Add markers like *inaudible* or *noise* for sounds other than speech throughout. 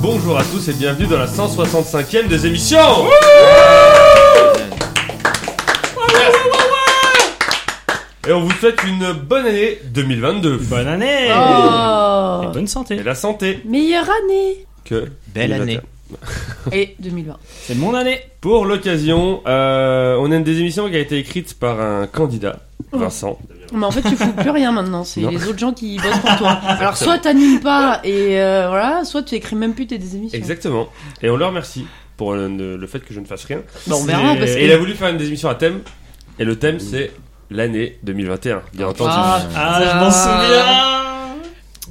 Bonjour à tous et bienvenue dans la 165e des émissions Et on vous souhaite une bonne année 2022. Bonne année Et Oh bonne santé Et la santé Meilleure année que... Belle année. Et 2020. C'est mon année Pour l'occasion, euh, on a une des émissions qui a été écrite par un candidat, Oh. Vincent. Mais en fait, tu fous plus rien maintenant. C'est Non. les autres gens qui bossent pour *laughs* toi. Alors, soit t'animes pas et euh, voilà, soit tu écris même plus tes des émissions. Exactement. Et on le remercie pour le, le fait que je ne fasse rien. Bon, on verra parce Et il a que. voulu faire une des émissions à thème. Et le thème, c'est l'année 2021. Bien entendu. Ah, Ah, putain. je m'en Ah, souviens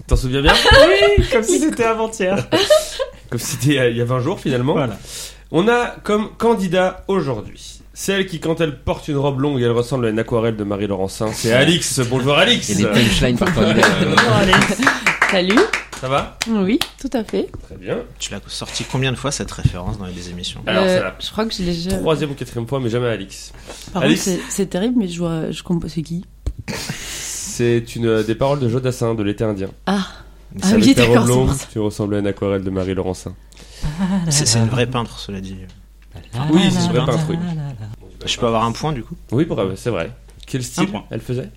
T'en souviens bien Ah. Oui, comme si c'était avant-hier. Comme si c'était euh, il y a 20 jours finalement. Voilà. On a comme candidat aujourd'hui celle qui, quand elle porte une robe longue, elle ressemble à une aquarelle de Marie-Laurencin. C'est Alix. Bonjour Alix. Il y a des punchlines parfois. Euh, Bonjour, *laughs* Alex. Salut. Ça va Oui, tout à fait. Très bien. Tu l'as sorti combien de fois cette référence dans les des émissions Alors, Euh, c'est la je crois que je l'ai déjà. troisième ou quatrième fois, mais jamais Alix. Par contre, Alice. c'est- c'est terrible, mais je vois. Je comprends. C'est qui C'est une euh, des paroles de Jodassin de l'été indien. Ah, Mais ah ça- oui, Avec ta d'accord, robe c'est longue, pour ça. tu ressembles à une aquarelle de Marie-Laurencin. C'est c'est une vraie peintre, cela dit. Ah, Oui, c'est vrai, pas un truc. Je peux avoir un point du coup Oui, bravo, c'est vrai. Quel style point. elle faisait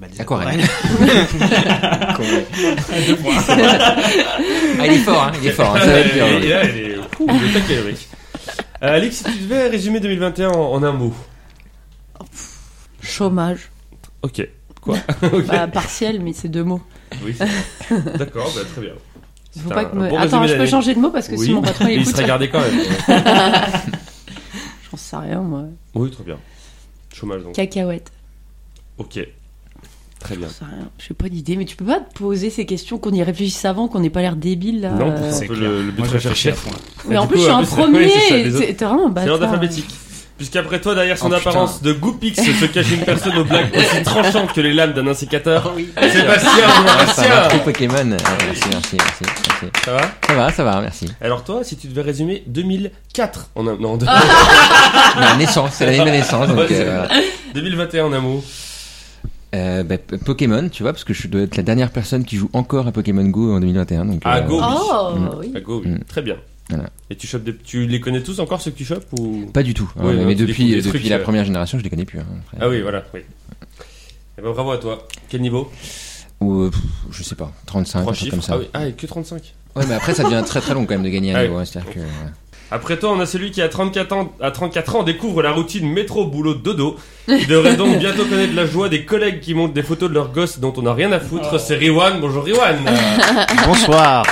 bah, des Aquarelle. *laughs* ah, il est fort, hein, il est fort, hein, ça va être dur. euh, Et là, elle est Ouh, le taquet, le mec. Euh, Alix, si tu devais résumer 2021 en, en un mot. Chômage. Ok. Quoi *laughs* Ok. Bah, partiel, mais c'est deux mots. Oui. c'est- D'accord, bah, très bien. Faut C'est pas un que me- bon Attends, résumé je peux d'année. changer de mot parce que Oui. si mon patron Mais il il se écoute, regardait quand *laughs* même. j'en sais rien moi. oui, très bien. Chômage donc. Cacahuète. Ok. Très bien. J'en sais rien. J'ai pas d'idée, mais tu peux pas te poser ces questions qu'on y réfléchisse avant, qu'on n'ait pas l'air débile là. Non, euh. c'est un peu le, le but Moi, je recherché. réfléchis à fond. là. Mais Et en du plus, coup, je suis en un plus, ouais, premier. c'est ça, les autres. T'es t'es vraiment un C'est bâtard. l'ordre alphabétique. Puisqu'après toi, derrière son Oh, putain. apparence de goupix se cache une personne aux blagues aussi tranchantes que les lames d'un insécateur. Oh, oui. Sébastien, Ah, ça va, Sébastien trop Pokémon. Ah, merci, merci, merci, merci. Ça va Ça va, ça va, merci. Alors toi, si tu devais résumer 2004 en un... Non, en deux- Ma naissance, c'est l'année de ma naissance, donc Ouais, euh, c'est- voilà. 2021 en un mot. Euh, bah, P- Pokémon, tu vois, parce que je dois être la dernière personne qui joue encore à Pokémon Go en 2021. Donc, euh, Ah, Go. Oh, Mm. oui. Ah, go, oui. Mm. Très bien. Voilà. Et tu chopes des... Tu les connais tous encore ceux que tu chopes ou... Pas du tout. hein, Oui, mais non, tu découvres depuis, des depuis trucs, la euh. première génération, je les connais plus. hein, après. Ah oui, voilà, oui. Eh ben bravo à toi. Quel niveau Ou, euh, pff, je sais pas, 35, un Trois truc chiffres. comme ça. Ah oui, ah, et que 35. Ouais, mais après, ça devient très très long quand même de gagner un Ah oui. niveau. hein, C'est-à-dire que. voilà. Après toi, on a celui qui à 34 ans, à 34 ans découvre la routine métro boulot dodo. Il devrait *laughs* donc bientôt connaître la joie des collègues qui montent des photos de leurs gosses dont on n'a rien à foutre. C'est Riwan. Bonjour Riwan. Ah. Euh, émissions. Bonsoir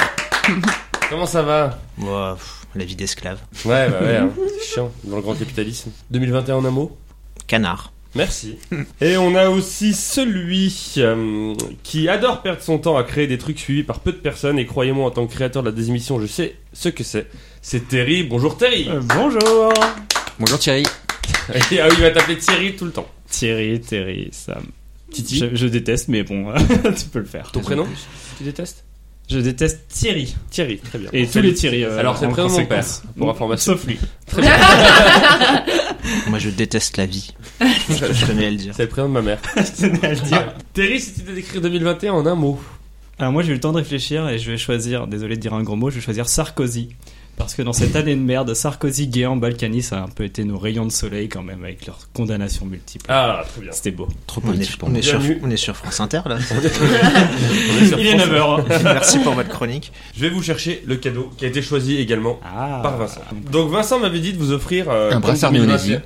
comment ça va Ouah, pff, La vie d'esclave. Ouais, bah ouais, hein. c'est chiant dans le grand capitalisme. 2021 en un mot Canard. Merci. Et on a aussi celui euh, qui adore perdre son temps à créer des trucs suivis par peu de personnes. Et croyez-moi, en tant que créateur de la désémission, je sais ce que c'est. C'est Terry. Bonjour Terry. Euh, bonjour Bonjour Thierry. ah oui, il va t'appeler Thierry tout le temps. Thierry, Thierry, Sam. Titi. Je, je déteste, mais bon, *laughs* tu peux le faire. Ton prénom Tu détestes Je déteste Thierry. Thierry, très bien. Et On tous les salue. Thierry. euh, Alors, c'est en le prénom de mon père, conséquence. pour *laughs* information. Sauf lui. Moi je déteste la vie. je, je tenais à le dire. C'est le prénom de ma mère. je tenais à le dire. Terry, si tu devais décrire 2021 en un mot. Alors moi j'ai eu le temps de réfléchir et je vais choisir, désolé de dire un gros mot, je vais choisir Sarkozy. Parce que dans cette année de merde, Sarkozy, Guéant, Balkany, ça a un peu été nos rayons de soleil quand même avec leurs condamnations multiples. Ah, très bien. C'était beau. Trop on, politique est, pour on moi. est sur, Bienvenue. on est sur France Inter là. *laughs* Il est hein. 9h. Merci pour votre chronique. Je vais vous chercher le cadeau qui a été choisi également Ah. par Vincent. Donc Vincent m'avait dit de vous offrir euh, Un comme brassard 2021.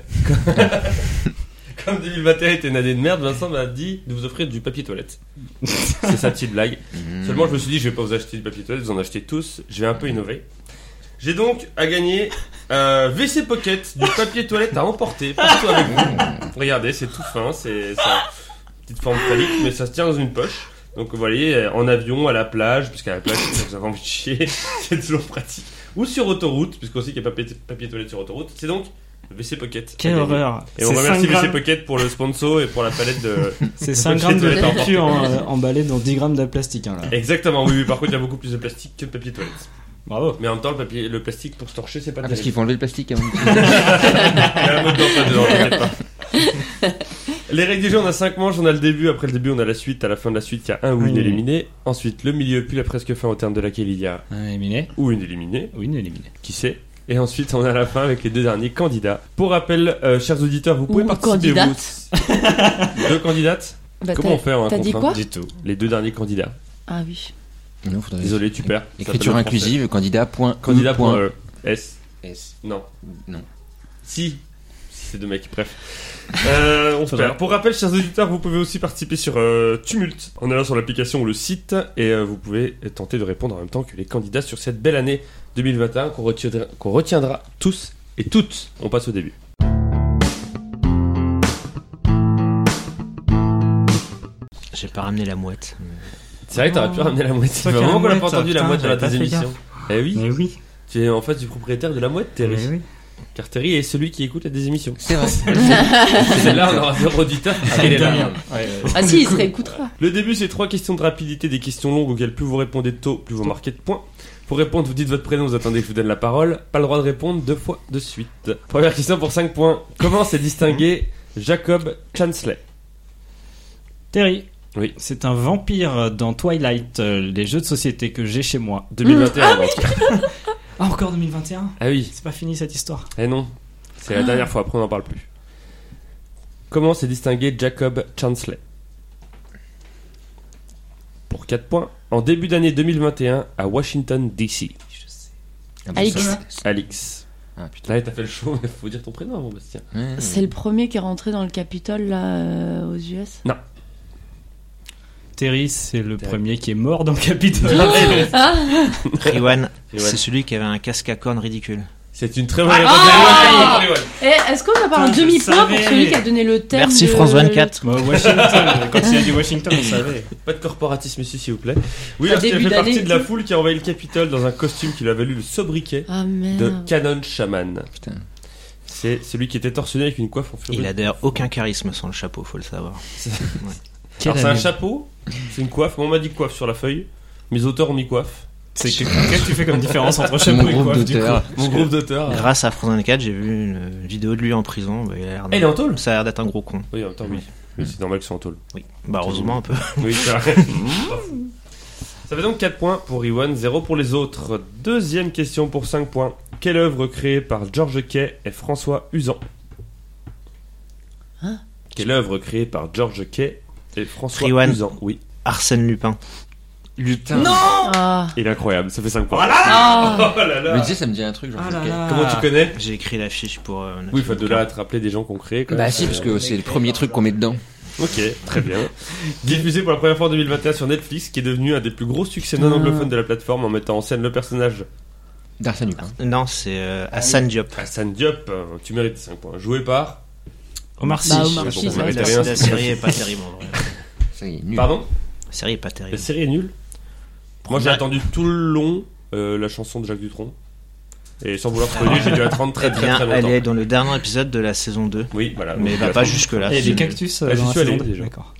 comme 2021 était une année de merde, Vincent m'a dit de vous offrir du papier toilette. C'est sa petite blague. Mmh. Hmm. Seulement je me suis dit je vais pas vous acheter du papier toilette, vous en achetez tous, je vais un peu innover. J'ai donc à gagner un WC Pocket, du papier toilette à emporter partout avec Hmm. vous. Regardez, c'est tout fin, c'est c'est une petite forme phallique, mais ça se tient dans une poche. Donc vous voyez, en avion, à la plage, puisqu'à la plage, vous avez envie de chier, *laughs* c'est toujours pratique. Ou sur autoroute, puisqu'on sait qu'il n'y a pas papier, papier toilette sur autoroute. C'est donc WC Pocket. à Quelle gagner. horreur. Et on C'est 5 remercie WC grammes, Pocket pour le sponsor et pour la palette de. *laughs* c'est 5 Je grammes de sais pas. tortue en, euh, emballée dans 10 grammes de plastique. Eh, hein, là. Exactement, oui, oui, par contre, il y a beaucoup plus de plastique que de papier toilette. Bravo. Mais en même temps, le, papier, le plastique pour se torcher, c'est pas Ah, de *laughs* parce qu'il faut enlever le plastique avant. Il y a un mot dedans, pas *laughs* dedans, t'inquiète pas. Les règles du jeu, on a 5 manches, on a le début, après le début, on a la suite, à la fin de la suite, il y a un ou une Oui. éliminée. Ensuite, le milieu, puis la presque fin, au terme de laquelle il y a Un éliminé ou une éliminée, ou une éliminée. qui sait. Et ensuite, on a la fin avec les deux derniers candidats. Pour rappel, euh, chers auditeurs, vous pouvez Ou participer. candidates. vous. Deux candidates Bah, Comment on fait un t'as dit contre un quoi Du tout. Les deux derniers candidats. Ah oui. Non, faudrait- Désolé, tu perds. Ça s'appelle Écriture le inclusive, candidat point français. Candidat E point point E. S. S. Non. Non. Si. Si c'est deux mecs, bref. Euh, on se Faudra- perd. Pour rappel, chers auditeurs, vous pouvez aussi participer sur euh, Tumult en allant sur l'application ou le site et euh, vous pouvez tenter de répondre en même temps que les candidats sur cette belle année 2021 qu'on retiendra, qu'on retiendra tous et toutes. On passe au début. J'ai pas ramené la mouette. C'est vrai que t'aurais Oh. pu ramener la mouette. C'est Toi qui as vraiment la qu'on l'a pas mouette, entendu la putain, mouette dans la j'avais deuxième pas émission. fait Eh oui, Mais oui. tu es en face du propriétaire de la mouette, Terry. Mais Eh oui. Car Terry est celui qui écoute la des émissions. C'est *laughs* vrai. *laughs* C'est là, on aura zéro auditeur. parce qu'elle est là. Ah si, il se réécoutera. Le début, c'est trois questions de rapidité, des questions longues auxquelles plus vous répondez tôt, plus vous marquez de points. Pour répondre, vous dites votre prénom, vous attendez que je vous donne la parole. Pas le droit de répondre deux fois de suite. Première question pour 5 points. Comment s'est distingué Jacob Chansley Terry. Oui. C'est un vampire dans Twilight, euh, les jeux de société que j'ai chez moi. 2021. Ah oui, Ah, encore 2021 ah oui. C'est pas fini cette histoire. Eh non. C'est la dernière fois, après on n'en parle plus. Comment s'est distingué Jacob Chansley Pour 4 points. En début d'année 2021 à Washington, D.C. Alix. Alix. Ah, putain, là, t'as fait le show, mais faut dire ton prénom avant, Bastien. C'est le premier qui est rentré dans le Capitole là euh, aux US. Terry, c'est le Terry. premier qui est mort dans le Capitole. *laughs* Ah *laughs* Riwan, Et ouais. c'est celui qui avait un casque à cornes ridicule. C'est une très bonne réponse. Ah Allez, ouais, allez, ouais. Eh, Est-ce qu'on n'a pas Ah, un Putain, je demi-point pour savais. celui qui a donné le thème Merci de- France 24. Bah, Washington, quand il a dit Washington, on savait. Pas de corporatisme ici, s'il vous plaît. Oui, Un parce qu'il début fait partie d'année. de la foule qui a envahi le Capitole dans un costume qui lui a valu le sobriquet Ah de merde. Canon Shaman. Putain. C'est celui qui était torse nu avec une coiffe en furie. Il a d'ailleurs aucun charisme sans le chapeau, faut le savoir. Alors, c'est un chapeau, c'est une coiffe. Moi, on m'a dit coiffe sur la feuille. Mes auteurs ont mis coiffe. C'est que- Qu'est-ce que tu fais comme différence entre Mon chapeau et groupe coiffe du coup d'auteurs. Mon groupe d'auteurs. euh, Grâce à France 24, j'ai vu une vidéo de lui en prison. bah, il a l'air d'un- Eh, il est en tôle Ça a l'air d'être un gros con. Oui, en même temps, oui. Oui, c'est normal que ce soit en tôle. Oui. Bah, heureusement un peu. *laughs* Oui, c'est vrai. Ça fait donc 4 points pour Iwan, 0 pour les autres. Deuxième question pour 5 points. Quelle œuvre créée par Georges Quay et François Usan Hein Quelle œuvre créée par Georges Quay et François Riwan. Usan Oui, Arsène Lupin. Lutin. Ah. il est incroyable, ça fait 5 points. Ah. Oh là là Le G, ça me dit un truc, Ah genre. ok. Comment tu connais J'ai écrit l'affiche pour. euh, notre Oui, enfin de bouquin. là à te rappeler des gens qu'on crée. quand Bah même. si, parce que c'est le premier truc qu'on met dedans. Ok, très bien. Diffusé pour la première fois en 2021 sur Netflix, qui est devenu un des plus gros succès non anglophones de la plateforme en mettant en scène le personnage D'arsène Lupin. hein. Non, c'est euh, Hassan Diop. Hassan Diop, euh, tu mérites 5 points. Joué par. Omar Sy. Bah, Omar Bon, Sy, on ça va. La, mérite rien. la série est pas terrible en vrai. Ça y est, nul. Pardon La série est pas terrible. La série est nulle. Moi j'ai Ouais. attendu tout le long euh, la chanson de Jacques Dutronc. Et sans vouloir spoiler, j'ai dû attendre très très Bien, très elle longtemps. est dans le dernier épisode de la saison 2. Oui, voilà. Mais Donc, bah, tu pas attends. jusque là. Et des cactus euh, Ah, j'y dans la suis allé, saison deux. déjà. D'accord.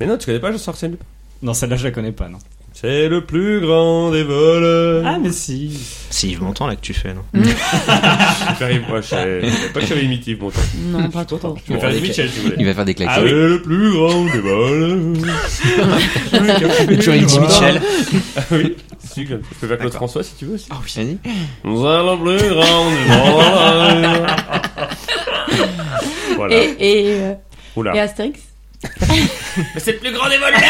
Mais non, tu connais pas Jean-Sarcel Lupin Non, celle-là, je la connais pas, non. C'est le plus grand des voleurs. Ah, mais si. C'est Yves Montand là que tu fais, non Terrible, moi je savais je savais pas que j'avais imité mon temps. Non, pas trop. Tu veux faire allez, les Mitchell si vous voulez. Ah Il va faire des claques. C'est le plus grand des *laughs* voleurs. Toujours Petit Lupin. Michel. Ah oui, si, je peux faire Claude François si tu veux aussi. Ah oui. Vas-y. Nous allons plus grand *laughs* des voleurs. Voilà. Et, et, euh, Oula. et Astérix Mais c'est le plus grand des voleurs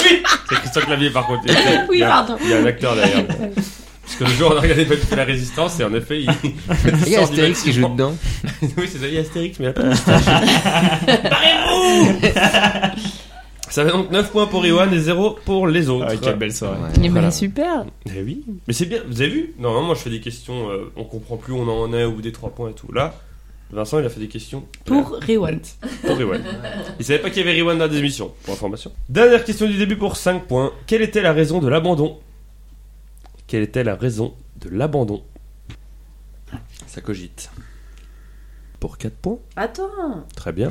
oui C'est Christian Clavier par contre. *laughs* Oui, Il y a- pardon. Il y a un acteur *laughs* derrière. Parce que le jour on a regardé Pas de la résistance et en effet il. *laughs* Il y a Astérix qui joue dedans. Oui, c'est ça, il y a Astérix, mais il a pas de moustache. *laughs* Barrez-vous Ça fait donc 9 points pour Iwan et 0 pour les autres. Ah, quelle belle soirée. Ouais. Mais Voilà. super Eh oui. Mais c'est bien, vous avez vu Non, moi je fais des questions, euh, on comprend plus où on en est au bout des 3 points et tout. Là, Vincent il a fait des questions. Pour Rewind. Pour *laughs* Rewind. Il savait pas qu'il y avait Rewind dans des émissions, pour information. Dernière question du début pour 5 points. Quelle était la raison de l'abandon Quelle était la raison de l'abandon Ça cogite. Pour 4 points Attends Très bien.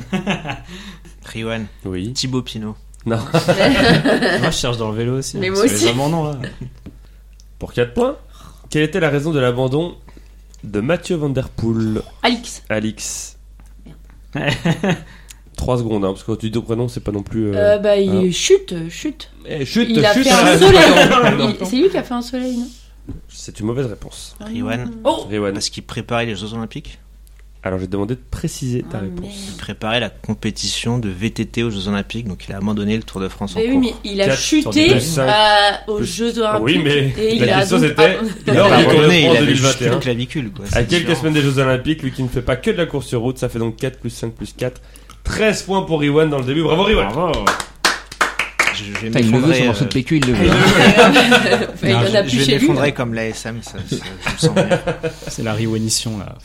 Riwan. *laughs* Oui. Thibaut Pinot. Non. Moi, je cherche dans le vélo aussi. Mais hein, moi parce que aussi. Les amendements, là. Pour 4 points Quelle était la raison de l'abandon de Mathieu Van Der Poel Alix Alix 3 secondes, hein, parce que quand tu dis ton prénom, c'est pas non plus. euh, Euh, bah, il alors. chute, chute. eh, chute, il a chute, fait un arrête. *laughs* Non. soleil. Il- C'est lui qui a fait un soleil, non C'est une mauvaise réponse. Riwan. Oh Riwan. Parce qu'il préparait les Jeux Olympiques. Alors j'ai demandé de préciser ta Ah, réponse. merde. Il préparait la compétition de VTT aux Jeux Olympiques, donc il a abandonné le Tour de France en Ah, Mais oui, cours. mais il a Quatre sur dix, chuté plus cinq, euh, aux plus- Ah Jeux Olympiques. Oui, mais et la il a question, donc- c'était- Ah, Il Non, a mais Tour pas de abandonné, France il avait juste 2021. le clavicule. Quoi. À c'est quelques différent. semaines des Jeux Olympiques, lui qui ne fait pas que de la course sur route, ça fait donc 4 plus 5 plus 4. 13 points pour Riwan dans le début. Bravo Riwan Je, je vais Putain, il le veut, m'effondrer, son morceau euh, de PQ, il *laughs* le veut. Bah il Non, en a je plus vais chez lui. m'effondrer comme l'ASM, ça, ça, je me sens bien. C'est la rewinition là.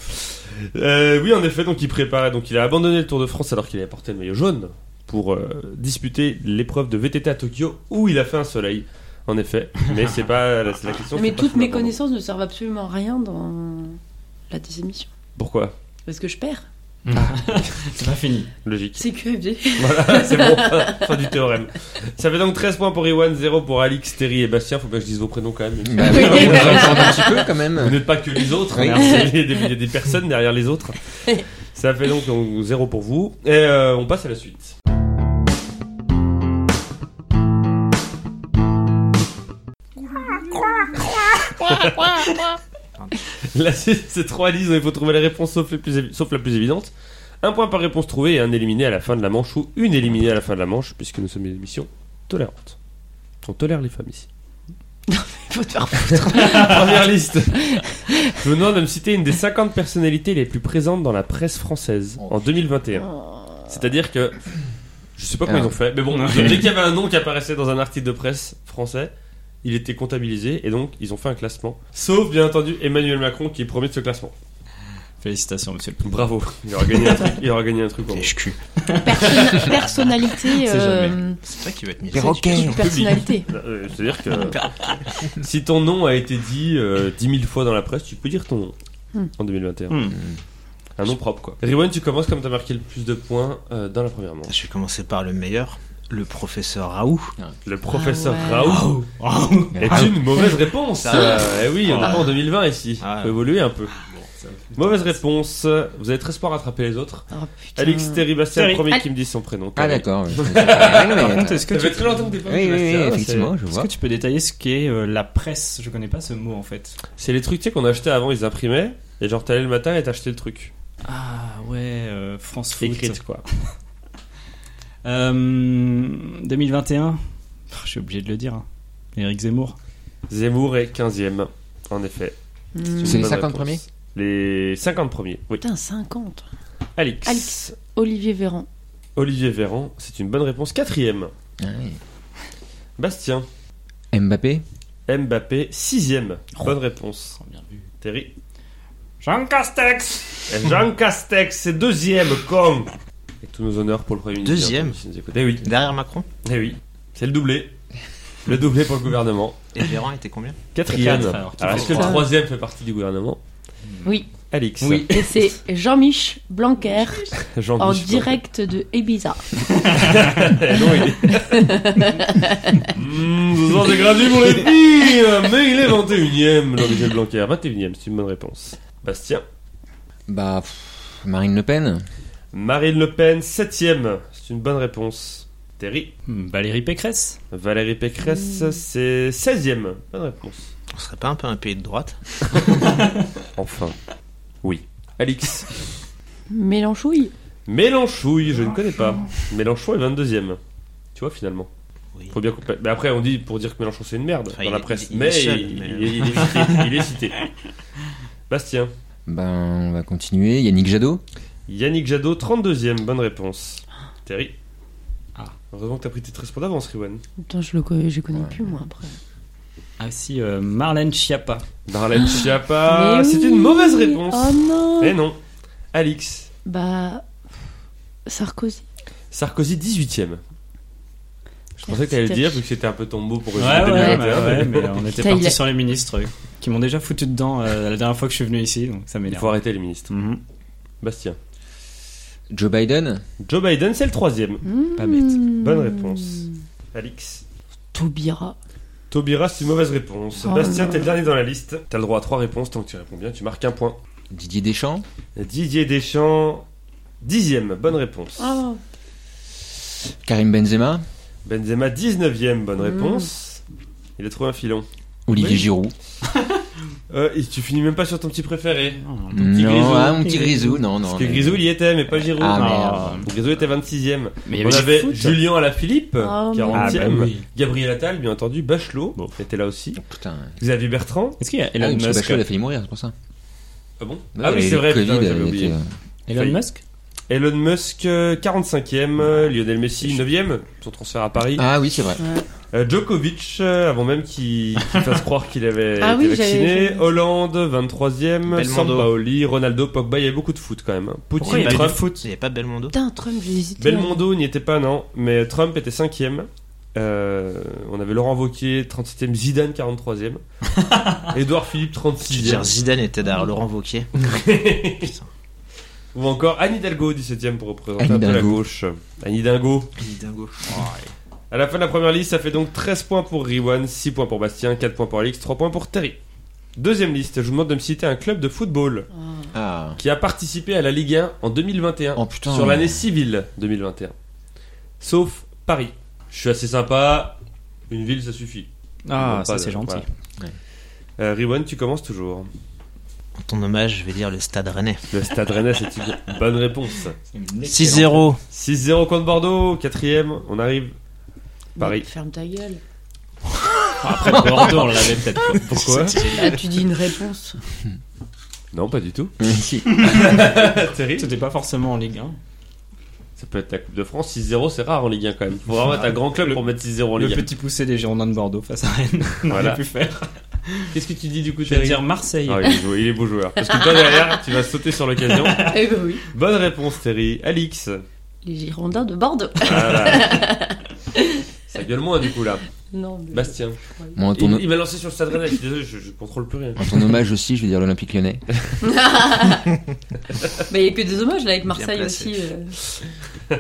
Euh, oui, en effet, donc il préparait. Donc il a abandonné le Tour de France alors qu'il avait porté le maillot jaune pour euh, disputer l'épreuve de VTT à Tokyo où il a fait un soleil. En effet, mais c'est pas la, c'est la question. Mais c'est pas toutes sous mes l'abandon. connaissances ne servent absolument à rien dans la désémission. Pourquoi Parce que je perds. C'est pas fini. Logique. *laughs* C'est QFD. Voilà, c'est bon. Fin du théorème. Ça fait donc 13 points pour Iwan, 0 pour Alix, Terry et Bastien. Faut bien que je dise vos prénoms quand même. Bah oui, on va attendre un petit peu quand même. Vous n'êtes pas que les autres, Oui. hein, il, y a *laughs* des, il y a des personnes derrière les autres. Ça fait donc donc, zéro pour vous. Et euh, on passe à la suite. La suite, c'est trois listes dont il faut trouver les réponses sauf, les plus évi- sauf la plus évidente. Un point par réponse trouvée et un éliminé à la fin de la manche ou une éliminée à la fin de la manche puisque nous sommes une émission tolérante. On tolère les femmes ici. *laughs* Faut te faire Première liste. Je vous demande de me citer une des 50 personnalités les plus présentes dans la presse française en 2021. C'est-à-dire que. Je sais pas comment ils ont fait, mais bon, dès qu'il y avait un nom qui apparaissait dans un article de presse français, il était comptabilisé et donc ils ont fait un classement. Sauf, bien entendu, Emmanuel Macron qui est premier de ce classement. Félicitations, monsieur le président. Bravo. Il aura gagné un truc. Il aura gagné un truc. en gros. HQ. *laughs* Personna- personnalité. C'est euh, C'est toi qui vas être mis. Perroquet. toute personnalité. Euh, C'est-à-dire que si ton nom a été dit euh, 10 000 fois dans la presse, tu peux dire ton nom Hmm. en 2021. Hmm. Un nom propre quoi. Rewind, tu commences comme t'as marqué le plus de points euh, dans la première manche. Je vais commencer par le meilleur, le professeur Raoult. Le professeur Ah ouais. Raoult *laughs* Oh, est une mauvaise réponse. Ça Euh, eh oui, on Ah. est en 2020 ici. Ah. Faut évoluer un peu. Mauvaise réponse. Vous avez très espoir à rattraper les autres. Oh, putain. Alix Terry Bastien, Terry. le premier Al- qui me dit son prénom. Ah Terry. d'accord. oui. Ah, non, mais- Par contre, est-ce que, Ça tu... fait très longtemps que t'es pas Oui, venu, oui, oui, Bastien. effectivement, je est-ce vois. que tu peux détailler ce qu'est euh, la presse Je connais pas ce mot en fait. C'est- C'est les trucs tu sais, qu'on achetait avant, ils imprimaient. Et genre, t'allais le matin et t'achetais le truc. Ah ouais, euh, France Foot. Écrite quoi. Euh, 2021. Oh, Je suis obligé de le dire. hein. Éric Zemmour. Zemmour est 15ème. En effet. Hmm. une C'est les bonne 50 réponse. premiers Les 50 premiers, oui. Putain, 50. Alix. Alix. Olivier Véran. Olivier Véran, c'est une bonne réponse. Quatrième. Ah oui. Bastien. Mbappé Mbappé, sixième. Oh. Bonne réponse. Oh, bien vu. Terry. Jean Castex. Et Jean Castex, c'est deuxième, con. Et tous nos honneurs pour le Premier ministre. Deuxième qui nous écoute. Eh oui, Derrière Macron. eh oui. C'est le doublé. Le doublé pour le gouvernement. Et Véran était combien Quatrième. Quatre, alors, qui Alors, fait est-ce que le ça troisième fait partie du gouvernement Oui. Alix. Oui. Et c'est Jean-Mich Blanquer jean en direct de Ibiza. non, il *laughs* est. Mmh, Eh vous en dégradez pour les filles, mais il est 21ème, Jean-Michel Blanquer. 21ème, c'est une bonne réponse. Bastien. Bah pff, Marine Le Pen Marine Le Pen, 7ème, c'est une bonne réponse. Terry. Hmm, Valérie Pécresse. Valérie Pécresse, Hmm. c'est 16ème. Bonne réponse. On serait pas un peu un pays de droite Enfin. Oui. Alix. Mélanchouille. Mélenchouille, je ne connais pas. Mélenchon est 22ème. Tu vois, finalement. Oui. Faut bien qu'on pa- Mais après, on dit pour dire que Mélenchon c'est une merde Enfin, dans il- la presse. il- il mais, est seul, il, mais- il est- il est cité, il est *laughs* cité. Bastien. Ben on va continuer. Yannick Jadot Yannick Jadot, 32ème. Bonne réponse. Terry. Ah. Heureusement que t'as pris tes 13 points d'avance, Riwan. Putain, je le connais, je connais plus, moi, après. Ah si, euh, Marlène Schiappa. Marlène Schiappa, Ah. Mais Ah, c'est oui. une mauvaise réponse. Oh non. Eh non. Alix. Bah. Sarkozy. Sarkozy 18ème. Je pensais que t'allais le dire vu que c'était un peu ton mot pour Ouais, résumer ouais, 2021, bah mais ouais, mais on était Putain, il parti a- sur les ministres euh, qui m'ont déjà foutu dedans euh, la dernière fois que je suis venu ici, donc ça Il m'énerve. faut arrêter les ministres. Mhm. Bastien. Joe Biden Joe Biden, c'est le troisième. Pas bête. Hmm. Bonne réponse. Alix. Taubira. Tobira, c'est une mauvaise réponse. Oh Bastien, non. t'es le dernier dans la liste. T'as le droit à trois réponses. Tant que tu réponds bien, tu marques un point. Didier Deschamps Didier Deschamps, dixième. Bonne réponse. Oh, Karim Benzema, Benzema, 19ème, bonne réponse. Il a trouvé un filon. Olivier Oui. Giroud. Euh, et tu finis même pas sur ton petit préféré. petit Non, Grisou. ah, mon petit Grisou, non, non. Parce que mais- Grisou, il y était, mais pas Giroud. Ah, Ah. merde. Grisou était 26ème. Mais il y On avait du avait foot. Julien à la Philippe, Ah, mais- 40 Ah, bah oui. Gabriel Attal, bien entendu, Bachelot, Bon. était là aussi. Putain. Xavier Bertrand. Est-ce qu'il y a Ah, Elon oui, parce que Musk Bachelot, il a failli mourir, c'est pour ça. Ah bon Ouais, Ah oui, le c'est vrai, Covid, euh, putain, j'avais il oublié. était- Elon Failli. Musk Elon Musk, euh, 45e. euh, Lionel Messi, 9e. Son transfert à Paris. Ah oui, c'est vrai. Ouais. Euh, Djokovic, euh, avant même qu'il qu'il fasse *laughs* croire qu'il avait Ah été oui, j'avais- vacciné. j'avais- Hollande, 23e. Belmondo. Sampaoli, Ronaldo, Pogba. Il y avait beaucoup de foot quand même. hein. Pourquoi Poutine, il y avait Trump. Il n'y avait pas Belmondo Putain, Trump, j'ai hésité. hein. Belmondo n'y était pas, non. Mais Trump était 5e. Euh, on avait Laurent Wauquiez, 37e. Zidane, *laughs* 43e. Édouard Philippe, Je veux dire, 36e. Zidane était derrière Laurent Wauquiez. Putain. Ou encore Anne Hidalgo, 17e, pour représenter Anne un peu la Hidalgo. gauche. Anne Hidalgo. Dingo. À la fin de la première liste, ça fait donc 13 points pour Riwan, 6 points pour Bastien, 4 points pour Alix, 3 points pour Terry. Deuxième liste, je vous demande de me citer un club de football Ah. Ah. qui a participé à la Ligue 1 en 2021, Oh putain. sur l'année civile 2021. Sauf Paris. Je suis assez sympa, une ville ça suffit. Bon, Ah, pas ça de- c'est gentil. voilà. Ouais. Euh, Riwan, tu commences toujours. En ton hommage, je vais dire le stade rennais. Le Stade Rennais, c'est une bonne réponse. 6-0. 6-0 contre Bordeaux, quatrième, on arrive. Paris. Ferme ta gueule. *laughs* Après Bordeaux, on l'avait peut-être. *laughs* quoi. Pourquoi Ah, tu dis une réponse. Non, pas du tout. Si. Terry C'était pas forcément en Ligue 1. Ça peut être la Coupe de France. 6-0, c'est rare en Ligue 1 quand même. Faut vraiment être un grand club pour mettre 6-0 en Le Ligue 1. petit poussé des Girondins de Bordeaux face à Rennes. *laughs* On Voilà. aurait pu faire. Qu'est-ce que tu dis du coup, Je vais Thierry dire Marseille. Ah, il, est beau, il est beau joueur. Parce que toi derrière, tu vas sauter sur l'occasion. eh ben oui. Bonne réponse, Terry. Alix. Les Girondins de Bordeaux. Voilà. Ça gueule moins du coup là. non, mais... Bastien. Moi, en Il, ton, il m'a lancé sur le stade Rennais. Je suis désolé, je, je contrôle plus rien. en ton hommage aussi, je vais dire l'Olympique lyonnais. Mais Bah, il n'y a que des hommages là avec Marseille placé. aussi. euh.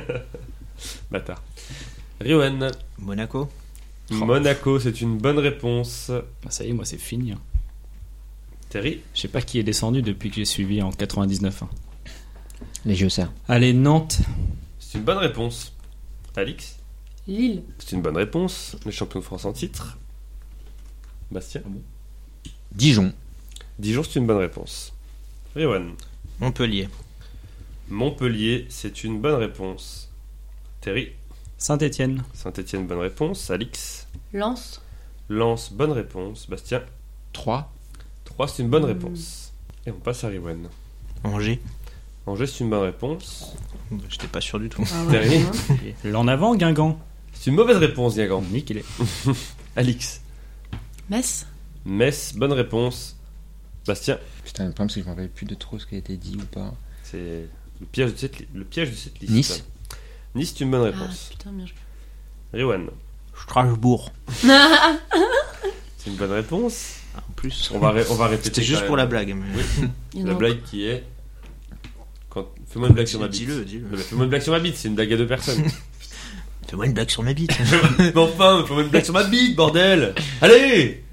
Bâtard. Riwen. Monaco Oh. Monaco, c'est une bonne réponse. Ah, Ça y est, moi c'est fini. hein. Terry. Je sais pas qui est descendu depuis que j'ai suivi en 99. hein. Les JOCR. Allez, Nantes. C'est une bonne réponse. Alix. Lille. C'est une bonne réponse. Les champions de France en titre. Bastien. Dijon. Dijon, c'est une bonne réponse. Riwan. Montpellier. Montpellier, c'est une bonne réponse. Terry, Saint-Etienne. Saint-Etienne, bonne réponse. Alix, Lens. Lens, bonne réponse. Bastien, 3. 3, c'est une Hmm. bonne réponse. Et on passe à Riwen. Angers. Angers, c'est une bonne réponse. J'étais pas sûr du tout. Ah, ouais, Terry. hein. L'en avant, Guingamp. C'est une mauvaise réponse, Guingamp. Nick, il est. *laughs* Alix, Metz. Metz, bonne réponse. Bastien, Putain, le problème, c'est que je me rappelle plus de trop ce qui a été dit ou pas. c'est le piège de cette, li- le piège de cette liste. Nice. Nice, c'est une bonne Ah, réponse. putain, bien joué. Ah. Riwan, Strasbourg. c'est une bonne réponse. En plus. On va, ré- on va répéter. C'était quand juste pour la même. blague. mais- *laughs* Il y en a La encore. blague qui est. Quand... Fais-moi une blague sur ma bite. Dis-le, dis-le. Fais-moi une blague sur ma bite, c'est une blague à deux *laughs* personnes. Fais-moi une blague sur ma bite. mais enfin, fais-moi une blague sur ma bite, bordel Allez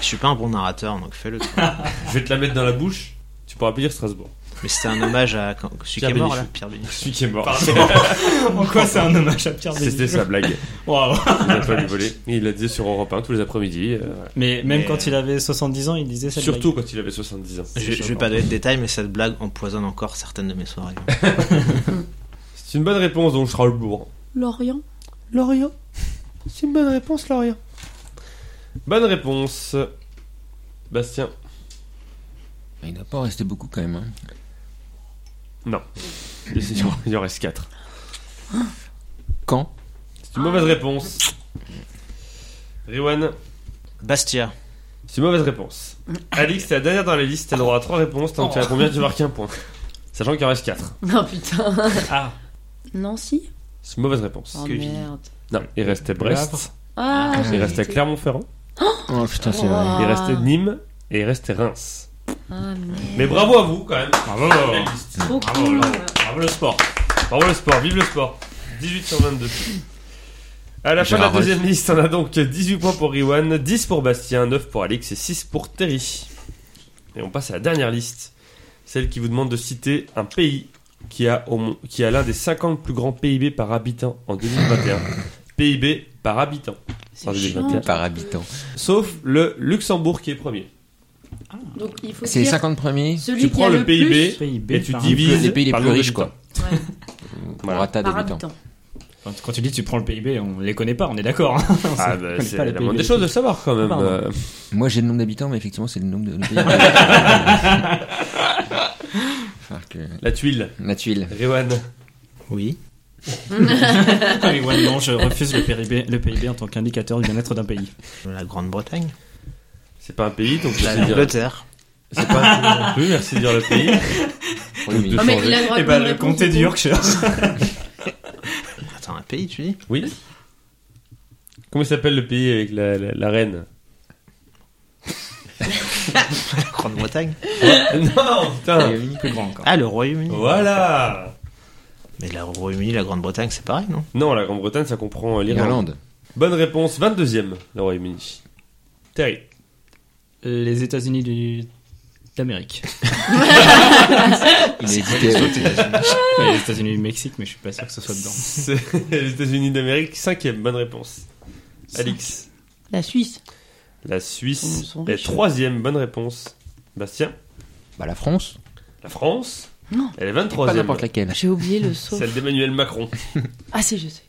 Je suis pas un bon narrateur, donc fais-le. toi. Je vais te la mettre dans la bouche, tu pourras plus dire Strasbourg. Mais c'était un hommage à quand- celui qui Pierre est mort là. Bénichou. Pierre Bénichou. Celui qui est mort. *laughs* En quoi c'est un hommage à Pierre *laughs* C'était Bénichou sa blague. Waouh. Il a pas lui volé. Il la disait sur Europe 1 tous les après-midi. euh, voilà. Mais même Mais, quand il avait 70 ans, il disait ça. Surtout quand il avait 70 ans. Je, je vais choquant. pas donner de détails, mais cette blague empoisonne encore certaines de *laughs* mes soirées. C'est une bonne réponse, donc Strasbourg. Lorient. Lorient. C'est une bonne réponse, Lorient. Bonne réponse. Bastien. Bah, Il n'a pas en rester beaucoup quand même. hein. Il en reste 4. Caen. C'est une mauvaise réponse. Riwan. Bastia. C'est une mauvaise réponse. Alix, t'es la dernière dans la liste, t'as le droit à 3 réponses, tant que tu as combien tu marques un point. Sachant qu'il en reste 4. Non, putain. Ah. Nancy. C'est une mauvaise réponse. Oh Que j'ai- merde. Non, il restait Brest, Ah, Ah, j'ai il restait hésité. Clermont-Ferrand, Oh putain, c'est Oh. vrai. il Ah. restait Nîmes et il restait Reims. Ah, merde. Mais bravo à vous quand même. Bravo. Belle liste. Trop Bravo, cool. bravo. Bravo le sport. Bravo le sport, vive le sport. 18 sur 22. À la fin de la Gérard Rolf. deuxième liste, on a donc 18 points pour Riwan, 10 pour Bastien, 9 pour Alix et 6 pour Terry. Et on passe à la dernière liste, celle qui vous demande de citer un pays qui a, au mon- qui a l'un des 50 plus grands PIB par habitant en 2021. PIB par habitant. C'est j'ai chiant. vingt-quatre. par habitant. Sauf le Luxembourg qui est premier. Donc il faut C'est les dire 50 premiers celui tu qui prends a le le, PIB, plus PIB Et tu par- divises les pays les par plus nombre riches, d'habitants. ouais, Voilà. pour un tas par d'habitants. habitant. Quand quand tu dis tu prends le PIB, on les connaît pas, on est d'accord. hein. *laughs* On Ah, bah, sait- on connaît c'est pas les la PIB moindre des des choses de savoir quand même. Pardon. euh. Moi j'ai le nombre d'habitants, mais effectivement c'est le nombre de. le pays. Faut voir que- La tuile, La tuile. Rewan. Oui. Ah oui, ouais, non, je refuse le PIB, le PIB en tant qu'indicateur du bien-être d'un pays. La Grande-Bretagne. C'est pas un pays, donc je sais dire. L'Angleterre. C'est pas un pays non *laughs* plus, merci de dire le pays. Royaume-Uni. Non, mais il a le droit Et Eh ben, bah, de prendre le la comté réponse, du Yorkshire. Attends, un pays, tu dis Oui. Comment il s'appelle le pays avec la, la- la reine La Grande-Bretagne. Non, Oh, putain. Royaume-Uni plus grand encore. Ah, le Royaume-Uni. Voilà. Mais le Royaume-Uni, la Grande-Bretagne, c'est pareil, non Non, la Grande-Bretagne, ça comprend euh, l'Irlande. L'Irlande. Bonne réponse, 22 e le Royaume-Uni. Terry. Les États-Unis du- d'Amérique. Il est édité. Ouais, les États-Unis du Mexique, mais je suis pas sûr que ce soit dedans. C'est les États-Unis d'Amérique, 5 bonne réponse. Alix. La Suisse. La Ils Suisse sont est riches. troisième bonne réponse. Bastien. Bah la France. La France. Non. Elle est Pas 23 n'importe e laquelle. Ah, J'ai oublié le saut. Celle d'Emmanuel Macron. Ah si, je sais.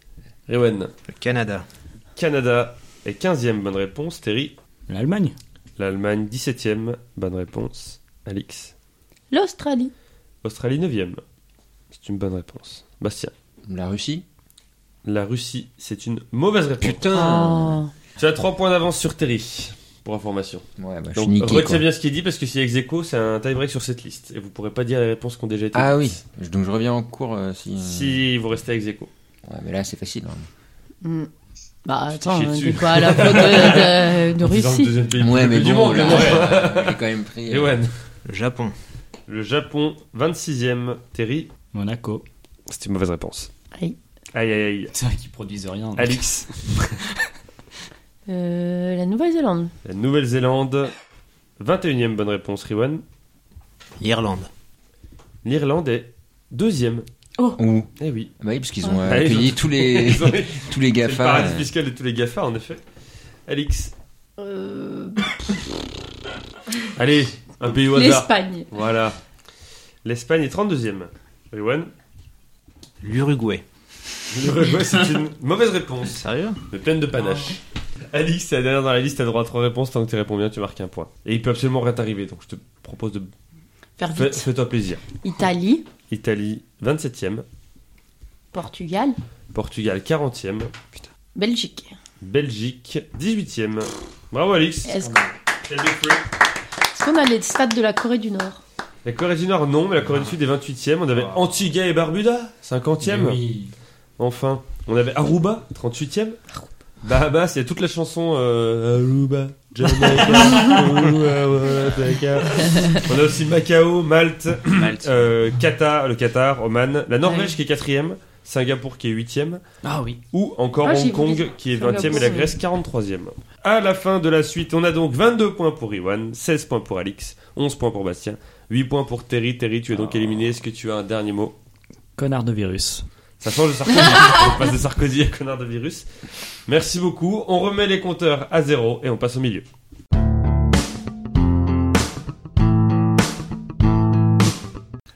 Rewen. Le Canada. Canada est 15 e bonne réponse. Terry. L'Allemagne. L'Allemagne, 17 e bonne réponse. Alix. L'Australie. Australie 9e. C'est une bonne réponse. Bastien. La Russie. La Russie, c'est une mauvaise réponse. Oh. Tu as 3 points d'avance sur Terry, pour information. Ouais, bah, je Donc suis niqué. retiens quoi. bien ce qui est dit parce que si ex aequo, c'est un tie-break sur cette liste. Et vous pourrez pas dire les réponses qui ont déjà été Ah dites. oui, Je- donc je reviens en cours euh, si. Si vous restez ex aequo. Ouais, mais là c'est facile. hein. Hmm. Bah attends, Chier on dessus. était quoi à *laughs* la faute de, de- de Disons le Russie deuxième pays le Ouais, plus mais peuplé du bon, monde, là, le monde. euh, j'ai quand même *laughs* pris. euh, Ewan. Le Japon. Le Japon, 26e. Terry. Monaco. C'est une mauvaise réponse. Aïe. Aïe aïe aïe. C'est vrai qu'ils produisent rien. donc. Alix. Euh, La Nouvelle-Zélande. La Nouvelle-Zélande, 21e bonne réponse, Riwan. L'Irlande. L'Irlande est deuxième. Où Eh oui. Bah oui, parce qu'ils ont euh, Ah, ils accueilli ont- tous les Ils ont- *laughs* tous les *laughs* C'est le paradis GAFA. euh, fiscal de tous les GAFA, en effet. Alix. Euh, Allez, un pays au hasard. L'Espagne. Voilà. L'Espagne est 32e. Ewan. L'Uruguay. L'Uruguay, c'est *laughs* une mauvaise réponse, Sérieux mais pleine de panache. Ah. Alix, c'est la dernière dans la liste, t'as droit à 3 réponses, tant que tu réponds bien, tu marques un point. Et il peut absolument rien t'arriver, donc je te propose de... Faire Fais- vite. Fais-toi plaisir. Italie. Italie, 27e. Portugal. Portugal, 40e. Belgique. Belgique, 18e. Bravo Alix. Est-ce qu'on Quel big three. est-ce qu'on a les stats de la Corée du Nord La Corée du Nord, non, mais la Corée du Sud est 28e. On avait Wow. Antigua et Barbuda, 50e. Mais Eh oui. Enfin, on avait Aruba, 38ème. Bahamas, il y a toute la chanson euh, Aruba, Jamaica, Aruba, Oaxaca. On a aussi Macao, Malte, Malte. euh, Qatar, le Qatar, Oman, la Norvège qui est 4ème, Singapour qui est 8ème, Ah oui. ou encore Ah, j'ai Hong Kong oublié. qui est Singapour, 20ème et la oui. Grèce 43ème. À la fin de la suite, on a donc 22 points pour Iwan, 16 points pour Alix, 11 points pour Bastien, 8 points pour Terry. Terry, tu es donc éliminé. Est-ce que tu as un dernier mot Connard de virus. ça change de Sarkozy. on passe de Sarkozy à connard de virus. Merci beaucoup. On remet les compteurs à zéro et on passe au milieu.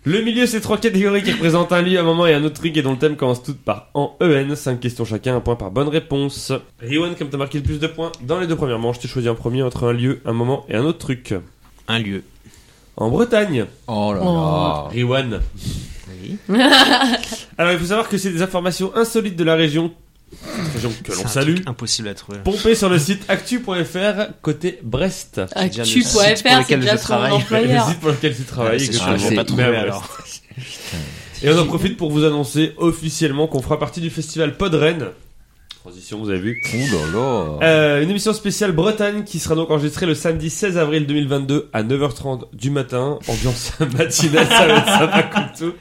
Le milieu, c'est trois catégories qui représentent un lieu, un moment et un autre truc et dont le thème commence toutes par en EN. Cinq questions chacun, un point par bonne réponse. Riwan, comme t'as marqué le plus de points dans les deux premières manches, t'es choisi en premier entre un lieu, un moment et un autre truc. Un lieu. En Bretagne, Oh là là. Riwan. Oui. *laughs* Alors, il faut savoir que c'est des informations insolites de la région. Région que C'est l'on un Bah, salue. truc Impossible à trouver. Pompé sur le site actu.fr côté Brest. déjà le Actu.fr, site pour c'est lequel déjà je son travaille. Le *laughs* employeur. site pour lequel tu travailles. Ah, c'est sûr, exactement. je l'ai pas trouvé Mais à alors. Brest. Et on en profite pour vous annoncer officiellement qu'on fera partie du festival Podren. Transition, vous avez vu. Ouh là là. Euh, une émission spéciale Bretagne qui sera donc enregistrée le samedi 16 avril 2022 à 9h30 du matin. Ambiance *laughs* matinale, ça va être sympa comme tout.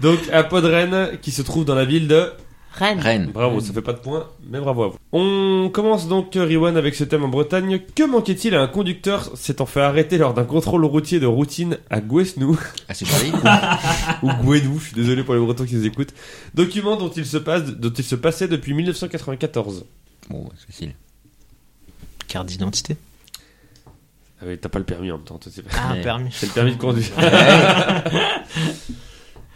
Donc à Podren qui se trouve dans la ville de Rennes. Rennes. Bravo, ça fait pas de points, mais bravo à vous. On commence donc euh, Rewan avec ce thème en Bretagne. Que manquait-il à un conducteur s'étant fait arrêter lors d'un contrôle routier de routine à Gouesnou Ah, c'est joli. *laughs* ou Gouenou, je suis désolé pour les Bretons qui nous écoutent. Document dont il se passe dont il se passait depuis 1994. bon, c'est facile. Carte d'identité. Ah oui, t'as pas le permis en même temps, toi, c'est pas- *laughs* Ah, Ouais. permis. c'est le permis de conduire. Eh *laughs*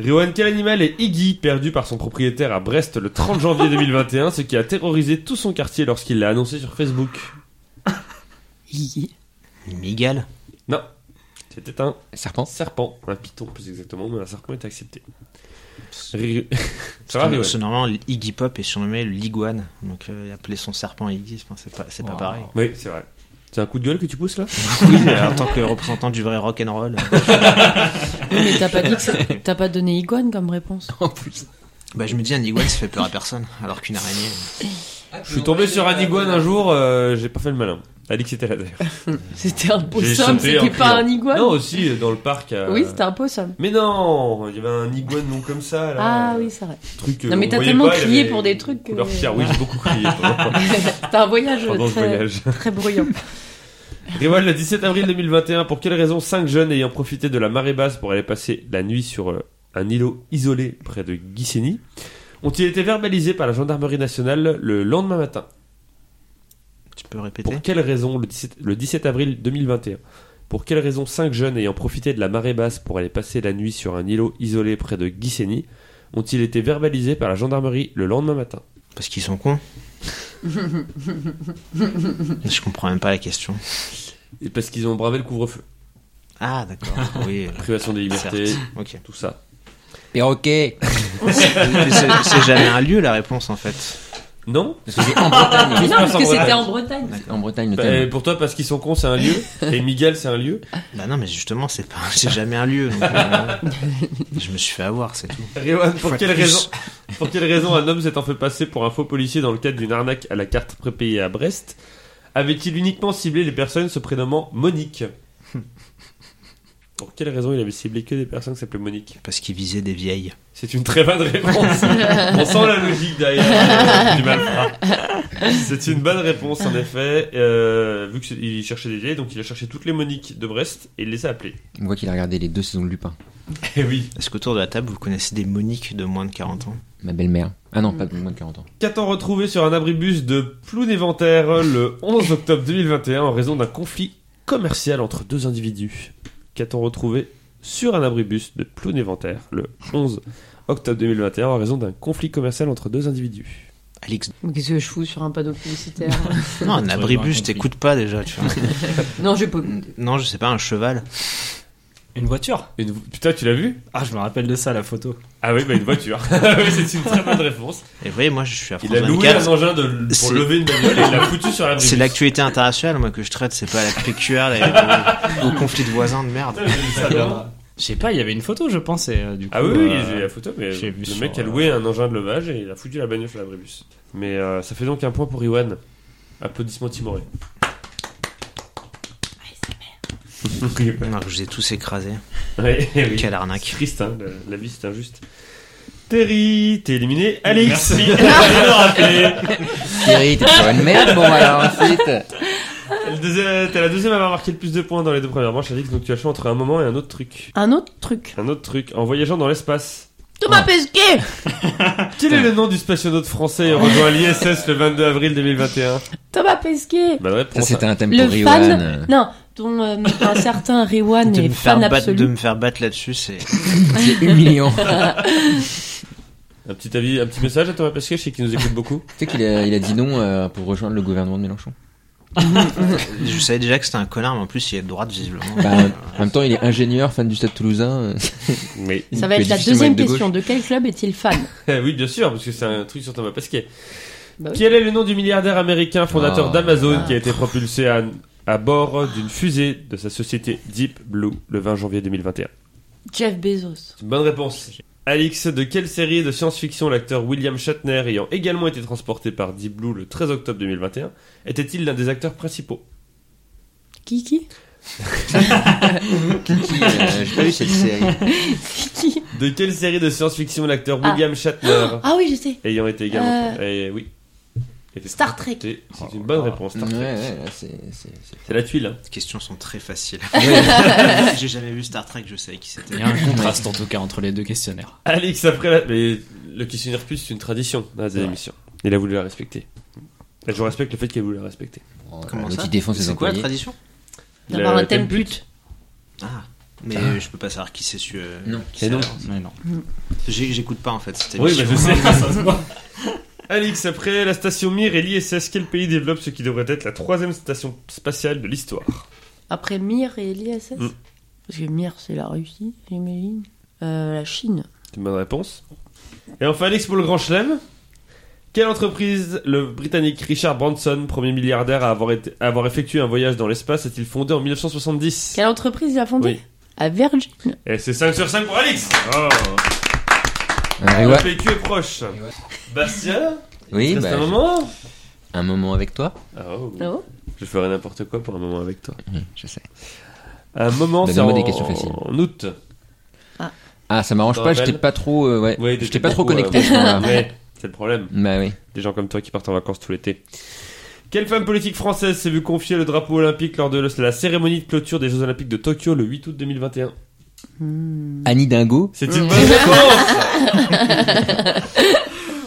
Rewan, quel animal est Iggy, perdu par son propriétaire à Brest le 30 janvier 2021, ce qui a terrorisé tout son quartier lorsqu'il l'a annoncé sur Facebook Hi. Une migale. Non, c'était un Serpent. serpent, un python plus exactement, mais un serpent est accepté. Ça *laughs* va, Parce que, Riwan c'est Normalement, Iggy Pop est surnommé l'iguane. Donc, euh, il appelait son serpent Iggy. Enfin, c'est pas, c'est pas Wow. *laughs* pareil. Oui, c'est vrai. C'est un coup de gueule que tu pousses là Oui, mais en tant que représentant du vrai rock'n'roll. euh, Mais t'as pas dit que *laughs* c'est- t'as pas donné iguane comme réponse. En plus. bah, je me dis, un iguane, ça fait peur à personne. Alors qu'une araignée. euh, Ah, Je suis tombé sur un iguane un jour, euh, j'ai pas fait le malin. Alix était là d'ailleurs. C'était un J'ai possum, sauté en c'était pas criant. un iguane. Non, aussi euh, dans le parc. euh, Oui, c'était un possum. Mais non Il y avait un iguane non comme ça là. Ah oui, c'est vrai. Truc, euh, Non, mais on t'as voyait tellement pas, il crié avait pour des une trucs que- couleur fière, oui, j'ai beaucoup crié *laughs* pendant, C'était un voyage pendant ce très, voyage. très bruyant. Rival, le 17 avril 2021, pour quelle raison cinq jeunes ayant profité de la marée basse pour aller passer la nuit sur euh, un îlot isolé près de Ghiseni ont-ils été verbalisés par la gendarmerie nationale le lendemain matin Tu peux répéter Pour quelle raison le 17, le 17 avril 2021 Pour quelle raison cinq jeunes ayant profité de la marée basse pour aller passer la nuit sur un îlot isolé près de Ghiseni ont-ils été verbalisés par la gendarmerie le lendemain matin Parce qu'ils sont *laughs* cons. je comprends même pas la question. Et parce qu'ils ont bravé le couvre-feu, Ah, d'accord. Oui. *laughs* euh, privation des libertés, certes. Ok. tout ça. Perroquet. Mais C'est c'est jamais un lieu, la réponse, en fait. Non Parce que c'est en Bretagne. *laughs* Mais passe non, parce en que c'était Bretagne. en Bretagne. En Bretagne, le Bah, thème. Pour toi, parce qu'ils sont cons, c'est un *laughs* lieu. Et Miguel, c'est un lieu. Bah non, mais justement, c'est pas, *laughs* c'est jamais un lieu. donc, euh, je me suis fait avoir, c'est tout. Rewan, pour Fois de quelle, plus. raison, pour quelle raison un homme s'étant fait passer pour un faux policier dans le cadre d'une arnaque à la carte prépayée à Brest avait-il uniquement ciblé les personnes se prénommant Monique Pour quelle raison il avait ciblé que des personnes qui s'appelaient Monique Parce qu'ils visaient des vieilles. C'est une très bonne réponse. On sent la logique derrière euh, du malfrat. C'est une bonne réponse en effet. Euh, vu qu'il cherchait des vieilles, donc il a cherché toutes les Moniques de Brest et il les a appelées. On voit qu'il a regardé les deux saisons de Lupin. Eh oui. Est-ce qu'autour de la table, vous connaissez des Moniques de moins de 40 ans Ma belle-mère. Ah non, pas de Mm. moins de 40 ans. Qu'a-t-on retrouvé sur un abribus de Plounéventaire le 11 octobre 2021 en raison d'un conflit commercial entre deux individus Qu'a-t-on retrouvé sur un abribus de Plounéventaire le 11 octobre 2021 en raison d'un conflit commercial entre deux individus Alix. Mais Qu'est-ce que je fous sur un panneau publicitaire Non, un abribus, compris. t'écoutes pas déjà, tu *laughs* vois. *laughs* Non, j'ai pas. Non, je sais pas, un cheval. Une voiture Une... Putain, tu l'as vu Ah, je me rappelle de ça, la photo. *laughs* Ah oui, bah une voiture. oui, c'est une très bonne réponse. Et vous voyez, moi, je suis à France Il a loué un 24. engin de... pour C'est- lever une bagnole et il l'a foutu sur l'abribus. C'est l'actualité internationale, moi, que je traite. C'est pas la PQR, *laughs* là, au, au conflit de voisins de merde. Je sais pas, il y avait une photo, je pense, et euh, du coup. Ah oui, oui, euh, j'ai la photo, mais j'ai vu le sur, mec a euh, loué un engin de levage et il a foutu la bagnole sur l'abribus. Mais euh, ça fait donc un point pour Iwan. Applaudissements timorés. Ouais, Non, je vous ai tous écrasés. eh *laughs* oui. Quelle C'est arnaque. triste, hein, la, la vie c'est injuste. Terry, t'es éliminé. Alix, *laughs* Merci. il fallait le rappeler. Thierry, t'es sur une merde. Bon, alors ensuite. Le deuxième- T'es la deuxième à avoir marqué le plus de points dans les deux premières manches, Alix, donc tu as le choix entre un moment et un autre truc. Un autre truc. Un autre truc, en voyageant dans l'espace. Ah. Thomas Pesquet Quel est le nom du spationaute français rejoint l'ISS le 22 avril 2021 Thomas Pesquet Bonne Ça, réponse. c'était un thème Le pour fan. Riwan. Non, dont euh, un certain Rewan De est me, faire fan battre, de absolu. me faire battre là-dessus, c'est. C'est humiliant. tu Un petit avis, un petit message à Thomas Pesquet, je sais qu'il nous écoute beaucoup. sais qu'il a, il a dit non euh, pour rejoindre le gouvernement de Mélenchon. Je savais déjà que c'était un connard, mais en plus, il est de droite, visiblement. Euh, Bah, en même temps, il est ingénieur, fan du stade toulousain. euh, *laughs* Oui. il Ça va peut être la difficilement deuxième de gauche. question. De quel club est-il fan Eh oui, bien sûr, parce que c'est un truc sur Thomas Pesquet. Bah oui. Quel est le nom du milliardaire américain fondateur Ah. d'Amazon qui a été propulsé à, à bord d'une fusée de sa société Deep Blue le 20 janvier 2021 Jeff Bezos. C'est une bonne réponse. Alix, de quelle série de science-fiction l'acteur William Shatner, ayant également été transporté par Deep Blue le 13 octobre 2021, était-il l'un des acteurs principaux Kiki Qui, euh, J'ai pas vu cette série. Kiki De quelle série de science-fiction l'acteur William Shatner, Ah oui, je sais. ayant été également. Eh oui. Euh. Star Trek. C'est c'est une bonne réponse, Star Ouais, Trek. ouais, ouais, c'est- c'est- c'est- C'est la tuile. hein. Les questions sont très faciles. *laughs* J'ai jamais vu Star Trek, je savais qui c'était. Il y a un contraste en tout cas entre les deux questionnaires. Alex, après la. Mais le questionnaire plus, c'est une tradition dans des vrai. émissions. Il a voulu la respecter. Et je respecte le fait qu'il a voulu la respecter. Comment L'autre, ça il Euh, défend ses C'est quoi la employés. tradition Il D'avoir a- un thème but. pute. Ah, mais euh, je peux pas savoir qui c'est su. euh, Non. qui Mais c'est, non. alors. *laughs* Mais non. J'ai- J'écoute pas en fait cette Oui, émission. mais je sais, *laughs* ça se voit. Alix, après la station Mir et l'ISS, quel pays développe ce qui devrait être la troisième station spatiale de l'histoire Après Mir et l'ISS Mm. Parce que Mir, c'est la Russie, j'imagine. Euh, la Chine. C'est une bonne réponse. Et enfin, Alix pour le grand chelem. Quelle entreprise le Britannique Richard Branson, premier milliardaire à avoir, été- à avoir effectué un voyage dans l'espace, a-t-il fondé en 1970 Quelle entreprise il a fondée Oui. À Virgin. Et c'est 5 sur 5 pour Alix oh, Euh, Le Rewa- PQ est proche. Bastien Ah, Oui, reste bah, Ah, un moment un moment avec toi. Ah, oh. Ah bon Je ferai n'importe quoi pour un moment avec toi. Oui, je sais. Un moment, Bah, c'est en, donne-moi des questions faciles. en août. Ah, ça m'arrange Te pas, j'étais rappelle pas trop, euh, ouais, Ouais, j'étais pas trop beaucoup, connecté. euh, à ce moment-là. ouais, c'est le problème. Bah oui. Des gens comme toi qui partent en vacances tout l'été. Quelle femme politique française s'est vue confier le drapeau olympique lors de la cérémonie de clôture des Jeux Olympiques de Tokyo le 8 août 2021 Hmm. Annie Dingo. C'est une bonne réponse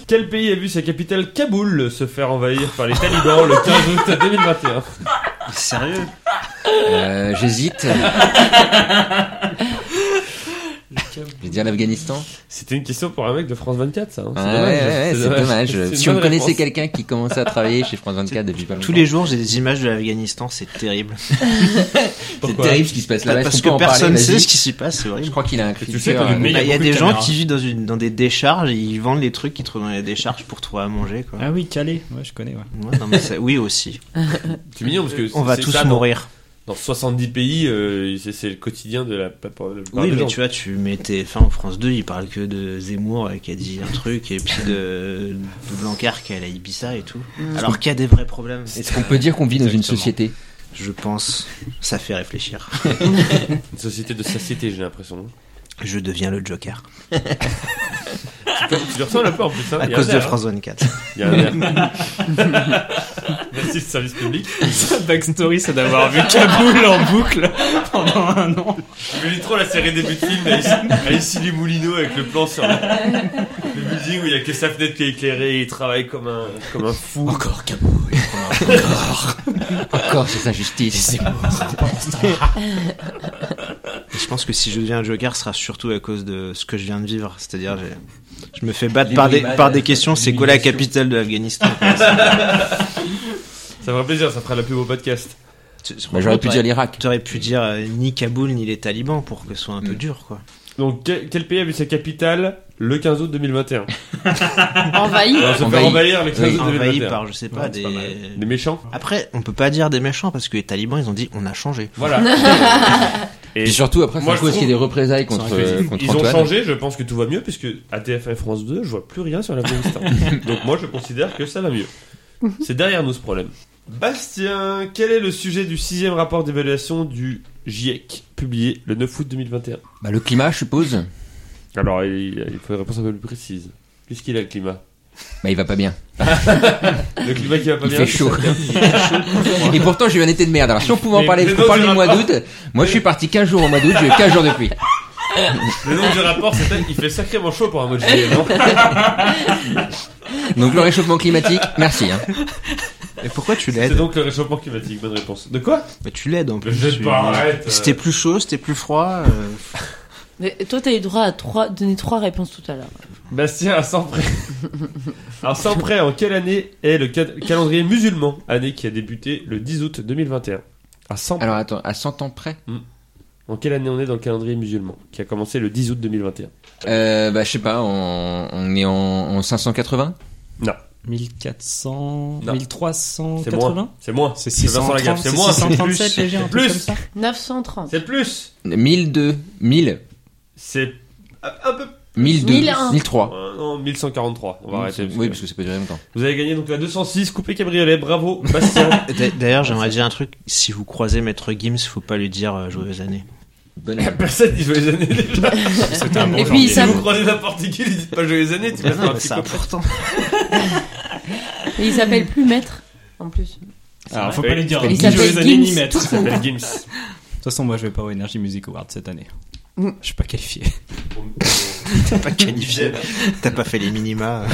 Quel pays a vu sa capitale Kaboul se faire envahir par les talibans le 15 août 2021 *laughs* Sérieux Euh, *laughs* J'hésite. je vais dire l'Afghanistan. C'était une question pour un mec de France 24, ça. hein. Ouais, ouais, ouais, c'est dommage. C'est Si une on bonne connaissait réponse. quelqu'un qui commençait à travailler chez France 24 depuis pas longtemps. Tous les jours, j'ai des images de l'Afghanistan, c'est terrible. C'est Pourquoi terrible ce qui se passe là. Parce que personne sait ce qui s'y passe, c'est Je horrible. crois qu'il a un euh, tu cri. sais que le Bah, Il meilleur- y a beaucoup des de gens caméras. qui vivent dans, une, dans des décharges et ils vendent les trucs qu'ils trouvent dans les décharges pour trouver à manger. Quoi. Ah oui, Calais, ouais, je connais. Ouais. Ouais, non, mais ça- oui, aussi. C'est mignon parce que On va c'est tous ça, dans- mourir. Dans, 70 pays, euh, c'est c'est le quotidien de la. plupart des Oui, mais gens. tu vois, tu mets TF1 en France 2, ils parlent que de Zemmour euh, qui a dit un truc et puis de, de Blanquer qui est à la Ibiza et tout. Alors qu'il y a des vrais problèmes. Est-ce qu'on peut dire qu'on vit dans une société Je pense, ça fait réfléchir. Une société de satiété, j'ai l'impression. Je deviens le Joker. Tu le ressens un peu en plus. hein. À Il y a cause un de air, France 24. hein. Il y a un air. Merci le service public. Sa backstory, c'est d'avoir vu Kaboul en boucle pendant un an. Je lis trop la série des buts de film à ici les Moulineaux avec le plan sur le, le building où il y a que sa fenêtre qui est éclairée et il travaille comme un, comme un fou. Encore Kaboul. Encore ces injustices. *laughs* Je pense que si je deviens le Joker, ce sera surtout à cause de ce que je viens de vivre. C'est-à-dire, j'ai- je me fais battre par des, par des questions. C'est quoi la capitale de *laughs* l'Afghanistan Ça fera plaisir, ça fera la pub au podcast. Tu- Bah, J'aurais pu dire l'Irak. T'aurais pu dire euh, ni Kaboul ni les talibans pour que ce soit un Mm. peu dur, quoi. Donc, quel, quel pays a vu sa capitale le 15 août 2021 Envahi Alors, se Envahi. faire envahir le 15 Oui. août 2021. Envahi par, je sais pas, Ouais, c'est des. pas mal. Des méchants Après, on peut pas dire des méchants parce que les talibans, ils ont dit on a changé. Voilà. *laughs* Et surtout après, Moi, c'est je quoi Est-ce qu'il y a des trouve- représailles contre, Ils- euh, contre ils ont Antoine changé, je pense que tout va mieux, puisque à TF1 France 2, je vois plus rien sur l'Afghanistan. *laughs* Donc moi, je considère que ça va mieux. C'est derrière nous ce problème. Bastien, quel est le sujet du sixième rapport d'évaluation du GIEC, publié le 9 août 2021 Bah, Le climat, je suppose. Alors, il, il faut une réponse un peu plus précise. Qu'est-ce qu'il a le climat Bah, il va pas bien. Le climat qui va pas Il bien fait chaud. Et pourtant, j'ai eu un été de merde. Alors, si on pouvait en Mais- parler, mais on non, parle tu du vas mois pas. d'août. Moi, je suis parti 15 jours au mois d'août, j'ai eu 15 jours depuis. Le nom du rapport, c'est il fait sacrément chaud pour un mois de juillet, *laughs* non Donc, le réchauffement climatique, merci. hein. Et pourquoi tu C'est l'aides donc le réchauffement climatique, bonne réponse. De quoi Mais tu l'aides en plus. Je l'aide Tu- pas, arrête. C'était plus chaud, c'était plus froid. euh, Mais toi, t'as eu droit à trois, donner trois réponses tout à l'heure. Bastien, à 100 près. Alors, 100 près, en quelle année est le ca- calendrier musulman Année qui a débuté le 10 août 2021. À 100 Alors, attends, à 100 ans près, En quelle année on est dans le calendrier musulman Qui a commencé le 10 août 2021. euh, bah, je sais pas, on, on est en, en 580. 1400. Non. 1380 C'est moins. C'est moins. C'est Vincent Lagaffe, 630, c'est c'est moins. 637 C'est déjà, un plus. truc comme ça. *laughs* 930. C'est plus 1002, 1000, C'est un peu. 1002, 1001. 1003. euh, Non, 1143. On va arrêter. parce Oui, que- parce que ça peut durer longtemps. Vous avez gagné donc la 206, coupé cabriolet. Bravo, Bastien. *laughs* D'a- D'ailleurs, j'aimerais dire un truc. Si vous croisez Maître Gims, faut pas lui dire euh, joyeuses années. Bonne La personne dit joyeux années *laughs* déjà. C'était un bon Et janvier. puis, Si ils vous savent, croisez n'importe qui, lui dites pas joyeux années, tu Mais passes non, par un mais petit c'est peu. important. et ils s'appellent plus maître, en plus. Alors, faut vrai. pas lui dire Il ni s'appelle joyeux années, ni Gims, maître. tout court. Belle Gims. De toute façon, moi, je vais pas au Energy Music Award cette année. Mm. Je suis pas qualifié. *laughs* *laughs* T'as pas qualifié. T'as pas fait les minima.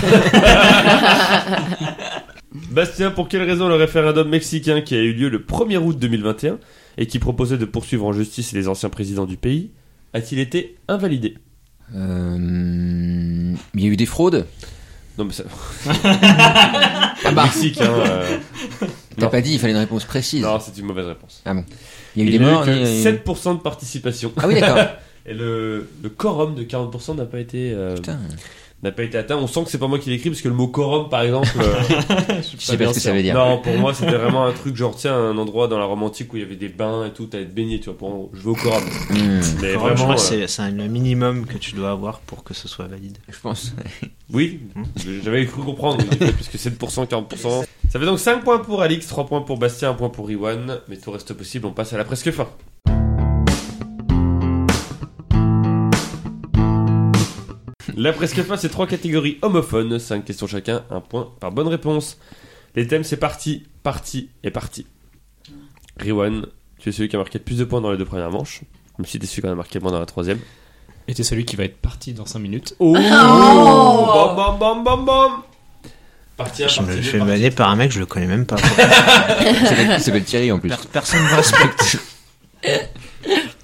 Bastien, pour quelle raison le référendum mexicain qui a eu lieu le 1er août 2021 et qui proposait de poursuivre en justice les anciens présidents du pays a-t-il été invalidé Euh, Il y a eu des fraudes Non mais ça... Ah bah, Mexique, hein, euh, T'as Non. pas dit, il fallait une réponse précise. Non, c'est une mauvaise réponse. Il y a eu des morts. que il y a eu- 7% de participation. Ah oui, d'accord. *laughs* Et le, le quorum de 40% n'a pas été... euh, Putain, n'a pas été atteint. On sent que c'est pas moi qui l'écris parce que le mot quorum, par exemple, euh, *laughs* je sais pas ce que ça veut dire. non, pour moi, c'était vraiment un truc genre tiens, un endroit dans la Rome antique où il y avait des bains et tout, t'allais te baigner, tu vois. Pour je vais au quorum. Hmm, Mais Vraiment, je vraiment, crois euh, que c'est c'est un- le minimum que tu dois avoir pour que ce soit valide. je pense. oui, j'avais cru comprendre mais j'ai fait, parce que 7%, 40%. Ça fait donc 5 points pour Alix, 3 points pour Bastien, 1 point pour Iwan, mais tout reste possible. On passe à la presque fin. La presque fin, c'est trois catégories homophones, 5 questions chacun, un point par bonne réponse. Les thèmes, c'est parti, parti et parti. Riwan, tu es celui qui a marqué le plus de points dans les deux premières manches, même si tu es celui qui en a marqué moins dans la troisième. Et t'es celui qui va être parti dans 5 minutes. Oh, Oh. Bam, bam, bam, bam, bam Parti un, Je parti me deux, fais parti- balader par un mec, je le connais même pas. Il s'appelle- il s'appelle Thierry en plus. Per- Personne ne respecte. *laughs*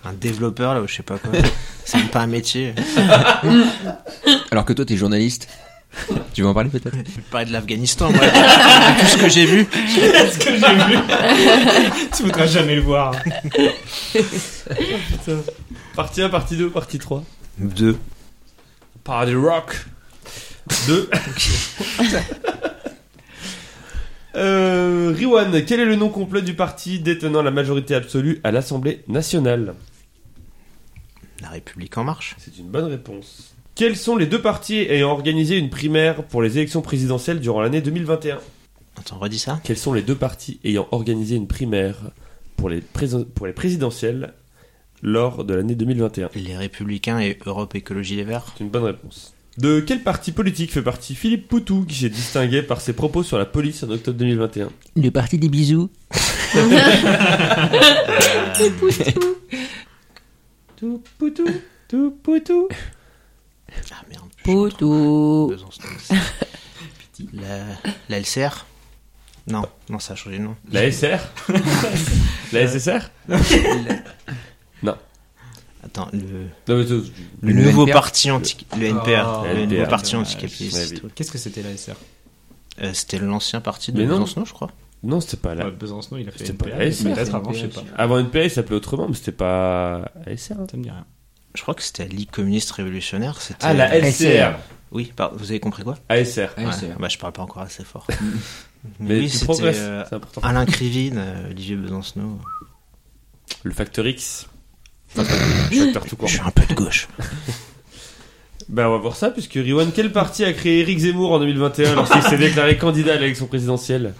un développeur, là, ou je sais pas quoi. C'est même pas un métier. Alors que toi, t'es journaliste. Tu veux en parler peut-être Je vais parler de l'Afghanistan, moi. *laughs* Tout ce que j'ai vu. Qu'est-ce que j'ai vu Tu voudras jamais le voir. Parti 1, partie 2, partie 3. Deux. Party rock *laughs* 2. euh, Riwan, quel est le nom complet du parti détenant la majorité absolue à l'Assemblée nationale La République en marche. C'est une bonne réponse. Quels sont les deux partis ayant organisé une primaire pour les élections présidentielles durant l'année 2021 Attends, redis ça. Quels sont les deux partis ayant organisé une primaire pour les, présen- pour les présidentielles lors de l'année 2021 Les Républicains et Europe Écologie Les *laughs* Verts. C'est une bonne réponse. De quel parti politique fait partie Philippe Poutou, qui s'est distingué par ses propos sur la police en octobre 2021 Le parti des bisous. Ah, Tout Poutou, tout Poutou. Ah merde. je suis en train de Poto. besoin, c'est- Oh. La, la LCR Non, non, ça a changé de nom. La SR La SSR Attends, le, Non mais tout- le Le nouveau NPR. parti anti... Le NPR. Ah, le nouveau NPR, parti ouais, ouais, anticapitaliste. oui. ouais. Qu'est-ce que c'était la SR Euh, C'était l'ancien parti de Mais non. Besançon, je crois. Non, c'était pas la... Ouais, Besançon, il a fait C'était une pas PA, la mais SR, Peut-être c'est avant, une je sais PA, pas. Avant NPA, il s'appelait autrement, mais c'était pas la SR. hein. Ça me dit rien. Je crois que c'était la Ligue communiste révolutionnaire. c'était- Ah, la LCR Oui, par- vous avez compris quoi ASR. Ouais, c'est- Bah, je parle pas encore assez fort. Mais oui, tu c'était progresses, euh, c'est important. Alain Krivine, euh, Olivier Besancenot. Le Factor X. Enfin, Factor tout court. Je suis un peu de gauche. Ben on va voir ça, puisque Riwan, quel parti a créé Eric Zemmour en 2021 lorsqu'il s'est déclaré candidat à l'élection présidentielle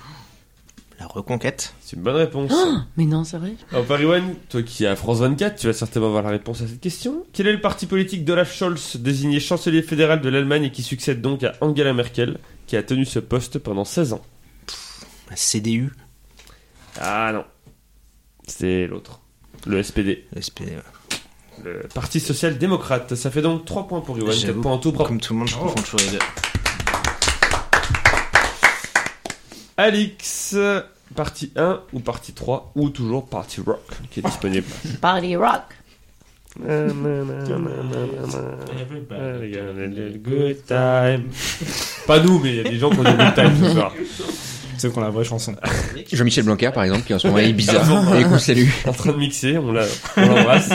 La reconquête. C'est une bonne réponse. Oh, mais non, c'est vrai. Alors Pariwan, toi qui es à France 24, tu vas certainement avoir la réponse à cette question. Quel est le parti politique d'Olaf Scholz, désigné chancelier fédéral de l'Allemagne et qui succède donc à Angela Merkel, qui a tenu ce poste pendant 16 ans La CDU. Ah non. C'est l'autre. Le SPD, le SP, euh, le Parti Social-Démocrate. Ça fait donc 3 points pour Riwan, 4 J'avoue, points en tout propre. Comme tout le monde, je confonds toujours les deux. Alix, partie 1 ou partie 3 ou toujours partie rock qui est disponible. *laughs* Party rock. Ah, Eh, Euh, Pas nous, mais il y a des gens qui ont des good times ce *laughs* soir. Ceux qui ont la vraie chanson. Jean-Michel Blanquer, par exemple, qui en ce moment est bizarre. Et qu'on salue. en train de mixer, on l'a- on *laughs* l'embrasse.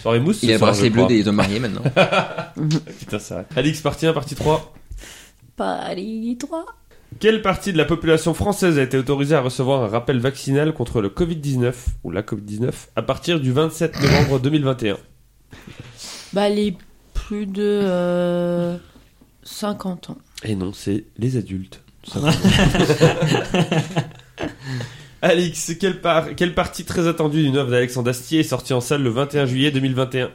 Soirée mousse. ce Il a le soir, bracelet je bleu crois. des hommes mariés maintenant. Putain, ça va. Alix, partie 1, partie 3. Party 3. Quelle partie de la population française a été autorisée à recevoir un rappel vaccinal contre le Covid-19 ou la Covid-19 à partir du 27 novembre 2021 Bah, les plus de euh, 50 ans. *laughs* Et non, c'est les adultes. Alix, quelle, par- quelle partie très attendue d'une œuvre d'Alexandre Astier est sortie en salle le 21 juillet 2021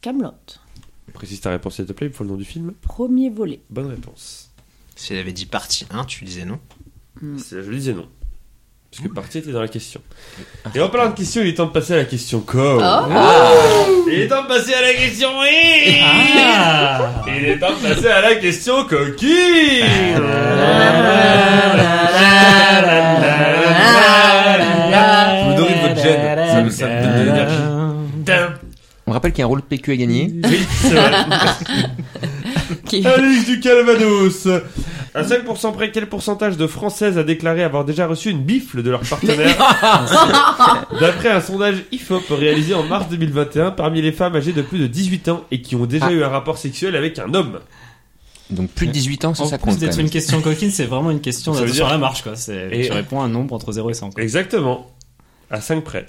Camelot. Précise ta réponse s'il te plaît, il me faut le nom du film. Premier volet. Bonne réponse. Si elle avait dit partie 1, tu disais non. C'est- Je disais non. Parce que partie était dans la question. Et en parlant de question, il est temps de passer à la question co. Il est temps de passer à la question oui Il est temps de passer à la question coquille Ah, Vous donnez de votre gêne, ça me, ça me donne de l'énergie. On rappelle qu'il y a un rôle de PQ à gagner. Oui, c'est vrai. Qui- Alix du Calvados À 5% près, quel pourcentage de Françaises a déclaré avoir déjà reçu une bifle de leur *laughs* partenaire D'après un sondage IFOP réalisé en mars 2021 parmi les femmes âgées de plus de 18 ans et qui ont déjà Ah. eu un rapport sexuel avec un homme. Donc plus de 18 ans, ça, En ça plus compte. d'être quand même. une question coquine, c'est vraiment une question Ça veut sur dire- la marche, quoi. C'est- Et- Tu réponds à un nombre entre 0 et 100. quoi. Exactement. À 5 près.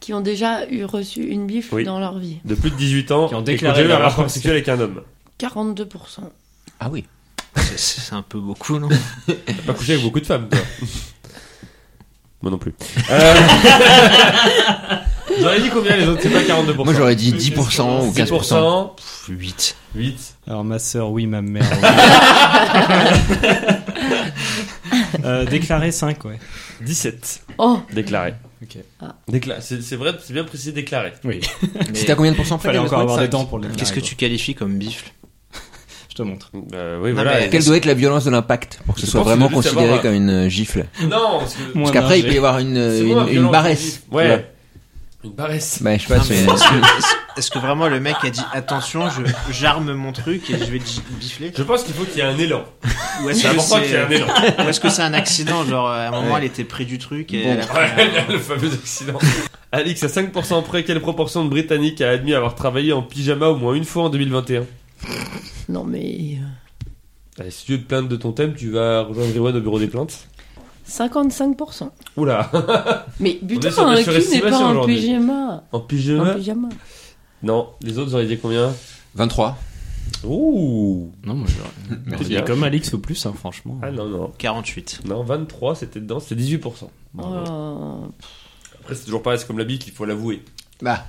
Qui ont déjà eu reçu une bifle Oui. dans leur vie. De plus de 18 ans Qui ont et déclaré qui ont déjà eu un leur rapport *laughs* rapport sexuel avec un homme. 42%. Ah oui. C'est- C'est un peu *laughs* beaucoup, non T'as pas couché avec beaucoup de femmes, *laughs* toi. Moi non plus. Euh... *laughs* J'aurais dit combien les autres C'est pas 42%. Moi j'aurais dit 10% ou 15%. 10%, 8. 8. Alors ma sœur, oui, ma mère. *laughs* oui. Euh, déclaré 5, ouais. 17. Oh, Déclaré. Ok. Ah. Décla- c'est c'est vrai, c'est bien précisé déclaré. Oui. C'était à combien de pourcents près Fallait encore avoir des temps dents. pour le. Qu'est-ce que tu qualifies comme bifle Je te montre. Euh, oui, Non, voilà. mais- Quelle doit être la violence de l'impact pour que ce Je soit pense que vraiment juste avoir considéré un- comme une euh, gifle Non, parce que. Parce Moins qu'après il margé. peut y avoir une, euh, C'est une, moi, une violence, barresse. je dis. Ouais. tu vois. Une barresse. Bah je sais pas, Non, mais c'est- Est-ce que, est-ce- est-ce que vraiment le mec a dit attention, je j'arme mon truc et je vais gi- bifler Je pense qu'il faut qu'il y ait un élan. Ou est-ce C'est que important qu'il y ait c'est euh, un élan. ou est-ce que c'est un accident Genre euh, à un moment elle était pris du truc et Bon. elle a pris *laughs* Ouais, *laughs* un- le fameux accident. Alix, à 5% près, quelle proportion de Britanniques a admis avoir travaillé en pyjama au moins une fois en 2021 non mais. euh, Allez, Eh, Si tu veux te plaindre de ton thème, tu vas rejoindre Riwan au bureau des plaintes. 55%. Oula est Mais sur des putain, qui n'est pas surestimations en aujourd'hui. pyjama En En pyjama pyjama. Non, les autres, j'aurais dit combien 23. Ouh Non, moi je. bien. C'est comme Alix ou plus, hein, franchement. Ah non, non. 48. Non, 23, c'était dedans, c'était 18%. Oh, Après, c'est toujours pareil, c'est comme la bite, il faut l'avouer. Bah,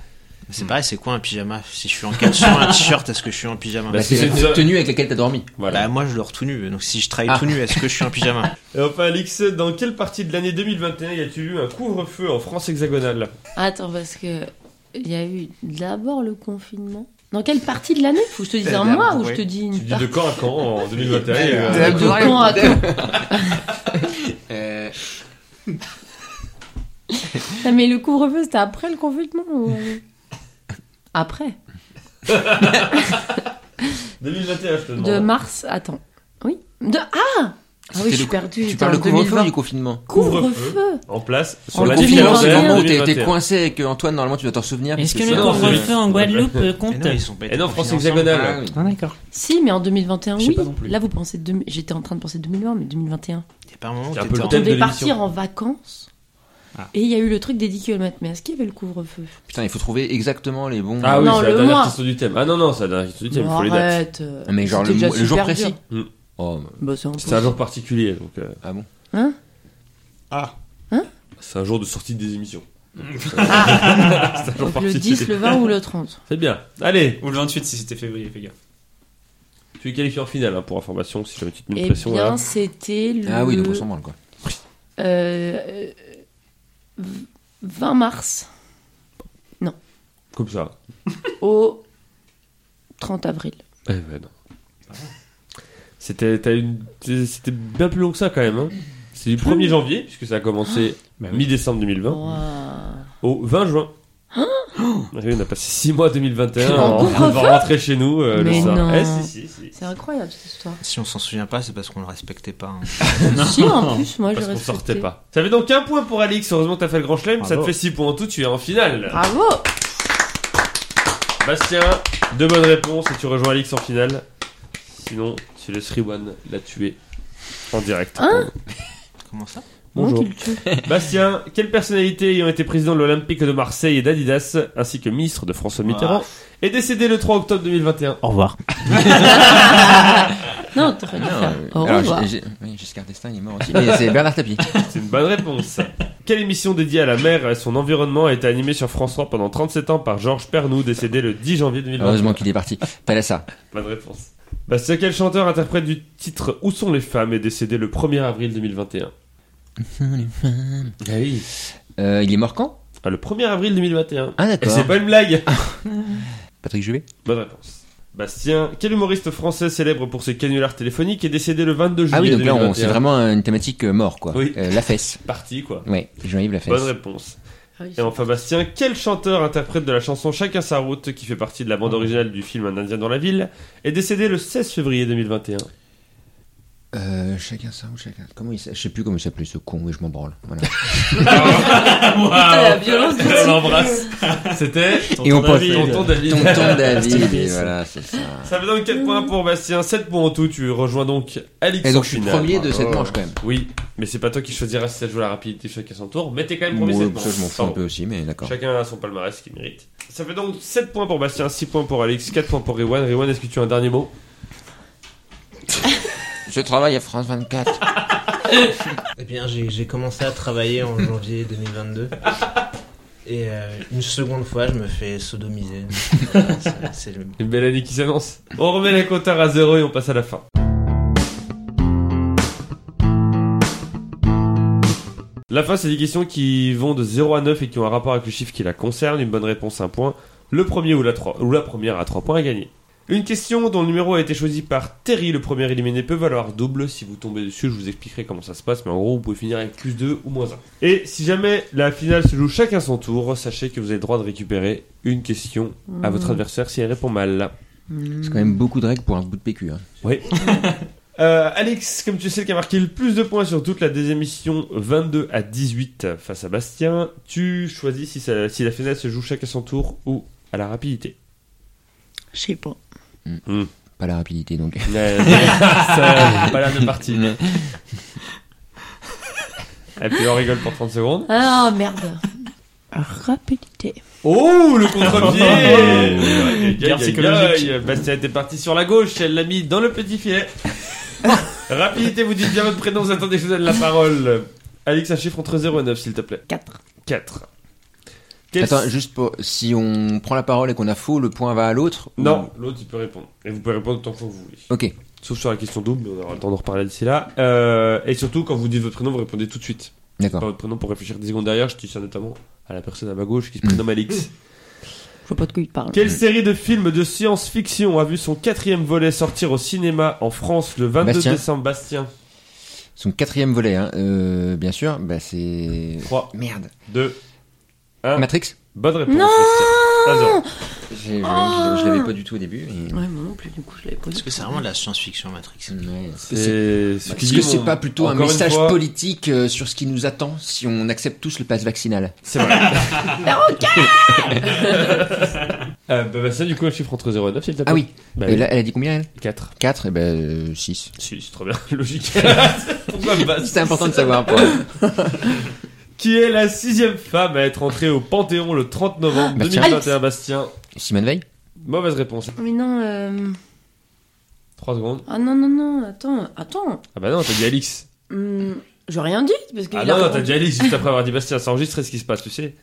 C'est pareil, c'est quoi un pyjama Si je suis en caleçon, un t-shirt, est-ce que je suis en pyjama Bah, bah, c'est c'est la ça. tenue avec laquelle t'as dormi. Voilà. Bah moi je dors tout nu, donc si je travaille Ah. tout nu, est-ce que je suis *laughs* en pyjama Et enfin, Alix, dans quelle partie de l'année 2021 y a-t-il eu un couvre-feu en France hexagonale Attends, parce que il y a eu d'abord le confinement. Dans quelle partie de l'année Faut que je te dise Euh, un la- mois ou oui. je te dis Tu une dis de partie quand à quand *laughs* en 2021 il y a eu un- euh, De quand à quand Euh, Non, Mais le couvre-feu, c'était après le confinement *laughs* ou... Après 2021, je te demande. De mars, attends. Oui de... Ah Ah oui, C'était je suis le- perdue. Tu j'étais parles en de couvre-feu ou 2020. du confinement Couvre-feu En place sur En la Le Bah, confinement, dis-moi c'est le rien. moment où t'es- t'es 2021. coincé et que Antoine, normalement, tu dois t'en souvenir. Est-ce que c'est le ça. Non, c'est- couvre-feu en Guadeloupe euh, Et compte non, ils sont pas Et non, France confinés ensemble. hexagonale. Ah oui. Ah d'accord. Si, mais en 2021, Je sais oui. pas non plus. Là, vous pensez... De... J'étais en train de penser 2020, mais 2021. Il y a pas un moment où C'est un peu t'étais le en- On thème de devait l'émission. partir en vacances. Ah. Et il y a eu le truc des 10 km. Mais est-ce qu'il y avait le couvre-feu Putain, il faut trouver exactement les bons. Ah oui, Non, c'est la le dernière mois. question du thème. Ah non, non, c'est la dernière question du thème, il Bon, faut les dates. Arrête euh, Mais genre c'était le, déjà mo- le jour super précis. dur. Hmm. Oh, Bah, c'est C'est un jour particulier, donc euh, ah bon Hein Ah. c'est un jour de sortie des *laughs* émissions. Ah, C'est un jour donc le particulier. 10, le 20 ou *laughs* le 30 C'est bien. Allez, Ou le 28 si c'était février, fais gaffe. tu es qualifié en finale hein, pour information, si j'avais une petite Eh pression. bien, là. c'était le... Ah oui, donc on s'en branle quoi. euh, euh, 20 mars Comme ça. au 30 avril. Eh ben non. C'était t'as une- c'est- c'était bien plus long que ça quand même. hein. C'est du 1er janvier, puisque ça a commencé Ah, bah mi-décembre 2020, Ouah. au 20 juin. Hein Ah oui, on a passé 6 mois 2021 En en, couvre-feu devant rentrer chez nous euh, le Mais soir. non. Eh, si, si, si. C'est incroyable cette histoire. Si on s'en souvient pas, c'est parce qu'on le respectait pas. hein. Si, en plus, moi, je Parce qu'on sortait respectais. pas. Ça fait donc un point pour Alix, heureusement que t'as fait le grand chelem, ça te Bravo. fait 6 points en tout, tu es en finale. Bravo Bastien, deux bonnes réponses et tu rejoins Alix en finale. Sinon, tu laisses Riwan la tuer en direct. Hein Comment ça Bonjour. Moi qui le tue. Bastien, quelles personnalités ayant été président de l'Olympique de Marseille et d'Adidas, ainsi que ministre Oh, de François Mitterrand, est décédé le 3 octobre 2021 Au revoir. Non, t'aurais dû Non, faire. euh, ah, Au alors, revoir. j'ai- j'ai- oui, Giscard d'Estaing il est mort aussi. Mais c'est Bernard Tapie. *laughs* C'est une bonne réponse. Quelle émission dédiée à la mer et à son environnement a été animée sur France 3 pendant 37 ans par Georges Pernou, décédé le 10 janvier 2020 Heureusement qu'il est parti. Palassa. Bonne réponse. Bastien, quel chanteur interprète du titre Où sont les femmes est décédé le 1er avril 2021 Ah oui. Euh, il est mort quand Ah, le 1er avril 2021. Ah Et c'est d'accord. pas une blague Patrick Juvet Bonne réponse. Bastien, quel humoriste français célèbre pour ses canulars téléphoniques est décédé le 22 juillet Ah oui, donc là, 2021 on- c'est vraiment une thématique euh, mort, quoi. Oui. Euh, la fesse. Parti, quoi. Ouais, Jean-Yves la fesse. Bonne réponse. Ah oui, Et enfin, Bastien, quel chanteur interprète de la chanson Chacun sa route, qui fait partie de la Ah. bande originale du film Un Indien dans la ville, est décédé le 16 février 2021 *laughs* Euh, chacun ça ou chacun. Comment il s'appelle Je sais plus comment il s'appelait ce con, mais je m'en branle. Voilà. Putain, la *laughs* violence de On l'embrasse. C'était Et on passe. Tonton David. Tonton David. et voilà, c'est ça. *laughs* Ça fait donc 4 points pour Bastien, 7 points en tout. Tu rejoins donc Alix Et donc en je suis finale. premier de cette manche quand même. Oui, mais c'est pas toi qui choisiras si ça joue à la rapidité chacun son tour, mais t'es quand même premier Ouais, cette ça, je m'en manche. fous un Pardon. peu aussi, mais d'accord. Chacun a son palmarès qu'il mérite. Ça fait donc 7 points pour Bastien, 6 points pour Alix, 4 points pour Rewan. Rewan, est-ce que tu as un dernier mot Je travaille à France 24. Eh bien, j'ai j'ai commencé à travailler en janvier 2022. Et euh, une seconde fois, je me fais sodomiser. *laughs* Voilà, c'est- c'est le- Une belle année qui s'annonce. On remet les compteurs à zéro et on passe à la fin. La fin, c'est des questions qui vont de 0 à 9 et qui ont un rapport avec le chiffre qui la concerne. Une bonne réponse, un point. Le premier ou la, trois- ou la première à 3 points à gagner. Une question dont le numéro a été choisi par Terry, le premier éliminé, peut valoir double. Si vous tombez dessus, je vous expliquerai comment ça se passe, mais en gros, vous pouvez finir avec plus 2 ou moins 1. Et si jamais la finale se joue chacun son tour, sachez que vous avez le droit de récupérer une question à votre adversaire si elle répond mal. C'est quand même beaucoup de règles pour un bout de PQ. Hein. Euh, Alex, comme tu sais, le qui a marqué le plus de points sur toute la désémission 22 à 18 face à Bastien, tu choisis si, ça- si la finale se joue chacun son tour ou à la *laughs* rapidité. Je sais pas. Pas la rapidité donc. ça a pas l'air de *laughs* *laughs* partie. Non. Et puis on rigole pour 30 secondes. Ah merde. Rapidité. Oh, *laughs* le contre-pied Aïe, aïe, Guerre aïe, psychologique. aïe. Bastien était parti sur la gauche, elle l'a mis dans le petit *laughs* filet. Rapidité, vous dites bien votre prénom, vous attendez que je vous donne la parole. Alex, un chiffre entre 0 et 9, s'il te plaît. 4. 4. Attends, juste pour. Si on prend la parole et qu'on a faux, le point va à l'autre ou- Non, l'autre il peut répondre. Et vous pouvez répondre autant que vous voulez. Ok. Sauf sur la question double, mais on aura le temps de reparler d'ici là. Euh, et surtout, quand vous dites votre prénom, vous répondez tout de suite. Pas D'accord. votre prénom pour réfléchir 10 secondes derrière, je dis ça notamment à la personne à ma gauche qui *laughs* se prénomme Alix. Je vois pas de quoi il parle. Quelle série de films de science-fiction a vu son quatrième volet sortir au cinéma en France le 22 Bastien. décembre Bastien Son quatrième volet, hein, euh, bien sûr, bah c'est. 3, Merde. 2, 1. Matrix Bonne réponse. Non Bastien. Un zéro. J'ai- je- Ah. Je, je l'avais pas du tout au début. et- Ouais, moi non plus, du coup, je l'avais pas Est-ce dit. que c'est vraiment de la science-fiction, Matrix Ouais, c'est- C'est ce Est-ce dit que mon- c'est pas plutôt un encore une message fois, politique euh, sur ce qui nous attend si on accepte tous le pass vaccinal C'est vrai. *laughs* euh, bah, Bastien, du coup, un chiffre entre 0 et 9, s'il te plaît. Ah oui, Bah et là, elle a dit combien elle 4. 4 et *laughs* ben 6. Si, c'est trop bien, logique. *laughs* Pourquoi pas C'était important de savoir. Pour... Qui est la sixième femme à être entrée au Panthéon le 30 novembre Bastien. 2021, Bastien Simone Veil Mauvaise réponse. Mais non, euh... 3 secondes. Ah non, non, non, attends, attends. Ah bah non, t'as dit Alix. Hum, J'ai rien dit, parce que... Ah il a- non, non, t'as dit Alix juste après avoir dit Bastien. Ça enregistré ce qui se passe, tu sais.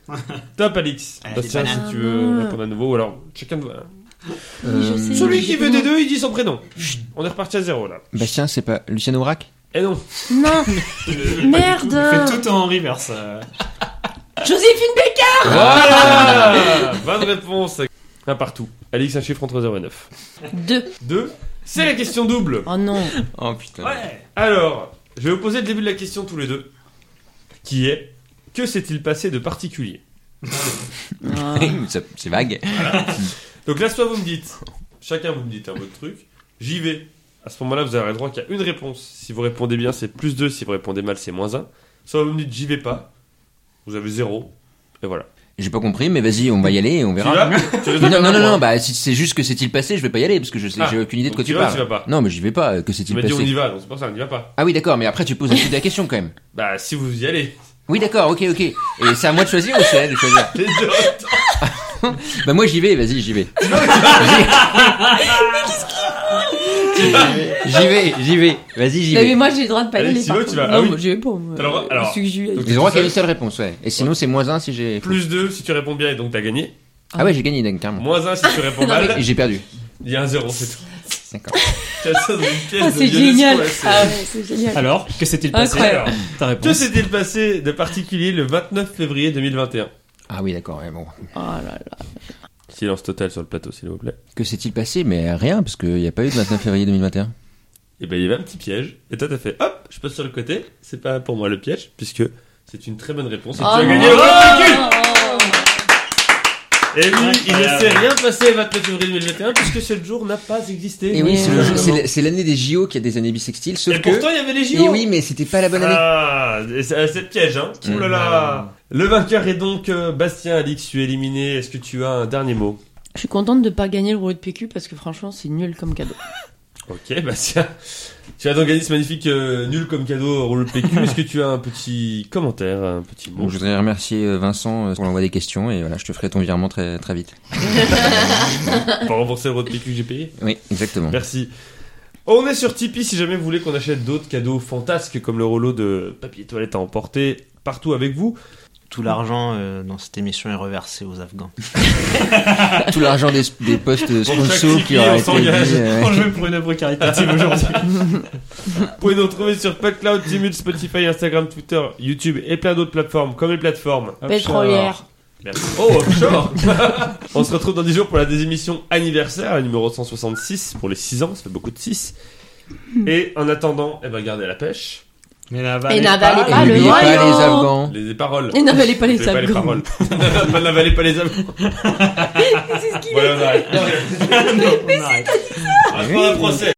Top, Alix. Elle a des Bastien, si bananes. tu veux Ah. répondre à nouveau, ou alors chacun de vous. Oui, je sais, Celui j'ai qui pas veut des compris. deux, il dit son prénom. On est reparti à zéro là. Bastien, c'est pas Lucien Aubrac Et non, *laughs* Non, Fais merde tout en reverse. euh. Joséphine Baker voilà Bonne réponse. Un partout. Alix, un chiffre entre 0 et 9. 2. 2. C'est la question double. *laughs* Oh non. Oh putain. *laughs* Ouais. Alors, je vais vous poser le début de la question tous les deux. Qui est Que s'est-il passé de particulier Ah. Ça- c'est vague. Donc là, soit vous me dites, chacun vous me dites un votre truc, j'y vais. À ce moment-là, vous aurez le droit qu'à une réponse. Si vous répondez bien, c'est plus 2. Si vous répondez mal, c'est moins 1. Soit vous me dites, j'y vais pas. Vous avez 0. Et voilà. J'ai pas compris, mais vas-y, on va y aller et on Tu verra. vas Tu Non, raisonnes non, comme non, moi. non, bah si c'est juste que s'est-il passé, je vais pas y aller parce que je sais, Ah, j'ai aucune idée de quoi donc tu tu vas ou parles. tu vas pas Non, mais j'y vais pas. euh, Tu Que s'est-il m'as passé dit, on y va. Donc c'est pour ça, on n'y va pas. Ah oui, d'accord, mais après tu poses la suite de la question quand même. Bah, si vous y allez. *laughs* Oui, d'accord, ok, ok. Et c'est à moi de choisir ou c'est à elle de choisir Les deux. *laughs* Bah moi j'y vais, vas-y, j'y vais. J'y vais, j'y vais. Vas-y, j'y Non, mais vais. moi j'ai le droit de pas y Allez, aller. Thibaut, par tu contre. vas- ah oui. Non, j'ai pas. moi. T'as le droit- alors, Parce que j'y vais. donc- J'ai le droit qu'à une seule réponse, ouais. Et sinon, c'est moins 1 si j'ai. Plus 2 si tu réponds bien et donc t'as gagné. Ah ouais, j'ai gagné, dingue, carrément. Moins 1 si tu *laughs* réponds mal. Et j'ai perdu. Il y a un 0, c'est tout. D'accord. T'as *laughs* ça dans une pièce Ah, de c'est Ionesco, génial. là, c'est- Ah ouais, c'est génial. Alors, que s'est-il passé Incroyable. Alors, Ta que réponse s'est-il passé de particulier le 29 février 2021 Ah oui, d'accord, ouais, bon. Oh là là. Silence total sur le plateau, s'il vous plaît. Que s'est-il passé Mais rien, parce qu'il n'y a pas eu de 29 février 2021. Et ben il y avait un petit piège. Et toi, t'as fait hop, je passe sur le côté. C'est pas pour moi le piège, puisque c'est une très bonne réponse. Et tu as Oh. gagné le monopole. Oh. Et oui, il ne Incroyable. s'est rien passé le 29 février 2021, puisque ce jour n'a pas existé. Et Eh oui, c'est le- Exactement. c'est le- c'est l'année des JO qui a des années bissextiles, sauf Et que. pourtant, il y avait les JO. Et oui, mais c'était pas la bonne année. Ah, et c'est c'est le piège, hein. Mm. Ouh là là. Le vainqueur est donc euh, Bastien Alix, tu es éliminé. Est-ce que tu as un dernier mot Je suis contente de pas gagner le rouleau de PQ parce que franchement c'est nul comme cadeau. Ok, Bastien. *laughs* Tu as donc gagné ce magnifique euh, nul comme cadeau rouleau de *laughs* PQ. Est-ce que tu as un petit commentaire, un petit mot Bon, je voudrais remercier euh, Vincent euh, pour l'envoi des questions et voilà, je te ferai ton virement très, très vite. pour rembourser le rouleau de PQ que j'ai payé Oui, exactement. *laughs* Merci. On est sur Tipeee si jamais vous voulez qu'on achète d'autres cadeaux fantasques comme le rouleau de papier toilette à emporter partout avec vous. Tout l'argent euh, dans cette émission est reversé aux Afghans. Tout l'argent des, des postes euh, Pour chaque sponsors qui Tipeee, aura on été mis, s'engage. euh, On joue pour une œuvre *laughs* caritative aujourd'hui. Vous pouvez nous retrouver sur PodCloud, Timut, Spotify, Instagram, Twitter, YouTube et plein d'autres plateformes comme les plateformes. Pétrolière. Merci. Oh, offshore *laughs* On se retrouve dans 10 jours pour la désémission anniversaire, la numéro 166 pour les 6 ans, ça fait beaucoup de 6. Hmm. Et en attendant, eh ben, gardez la pêche. Mais Et n'avalez et Ah, pas le n'oubliez pas les voyant. Afghans. Les paroles. Et n'avalez pas les N'avalez pas les sables. paroles. *laughs* N'avalez pas les avocats. Voilà, on arrête. pas. On va se prendre un procès.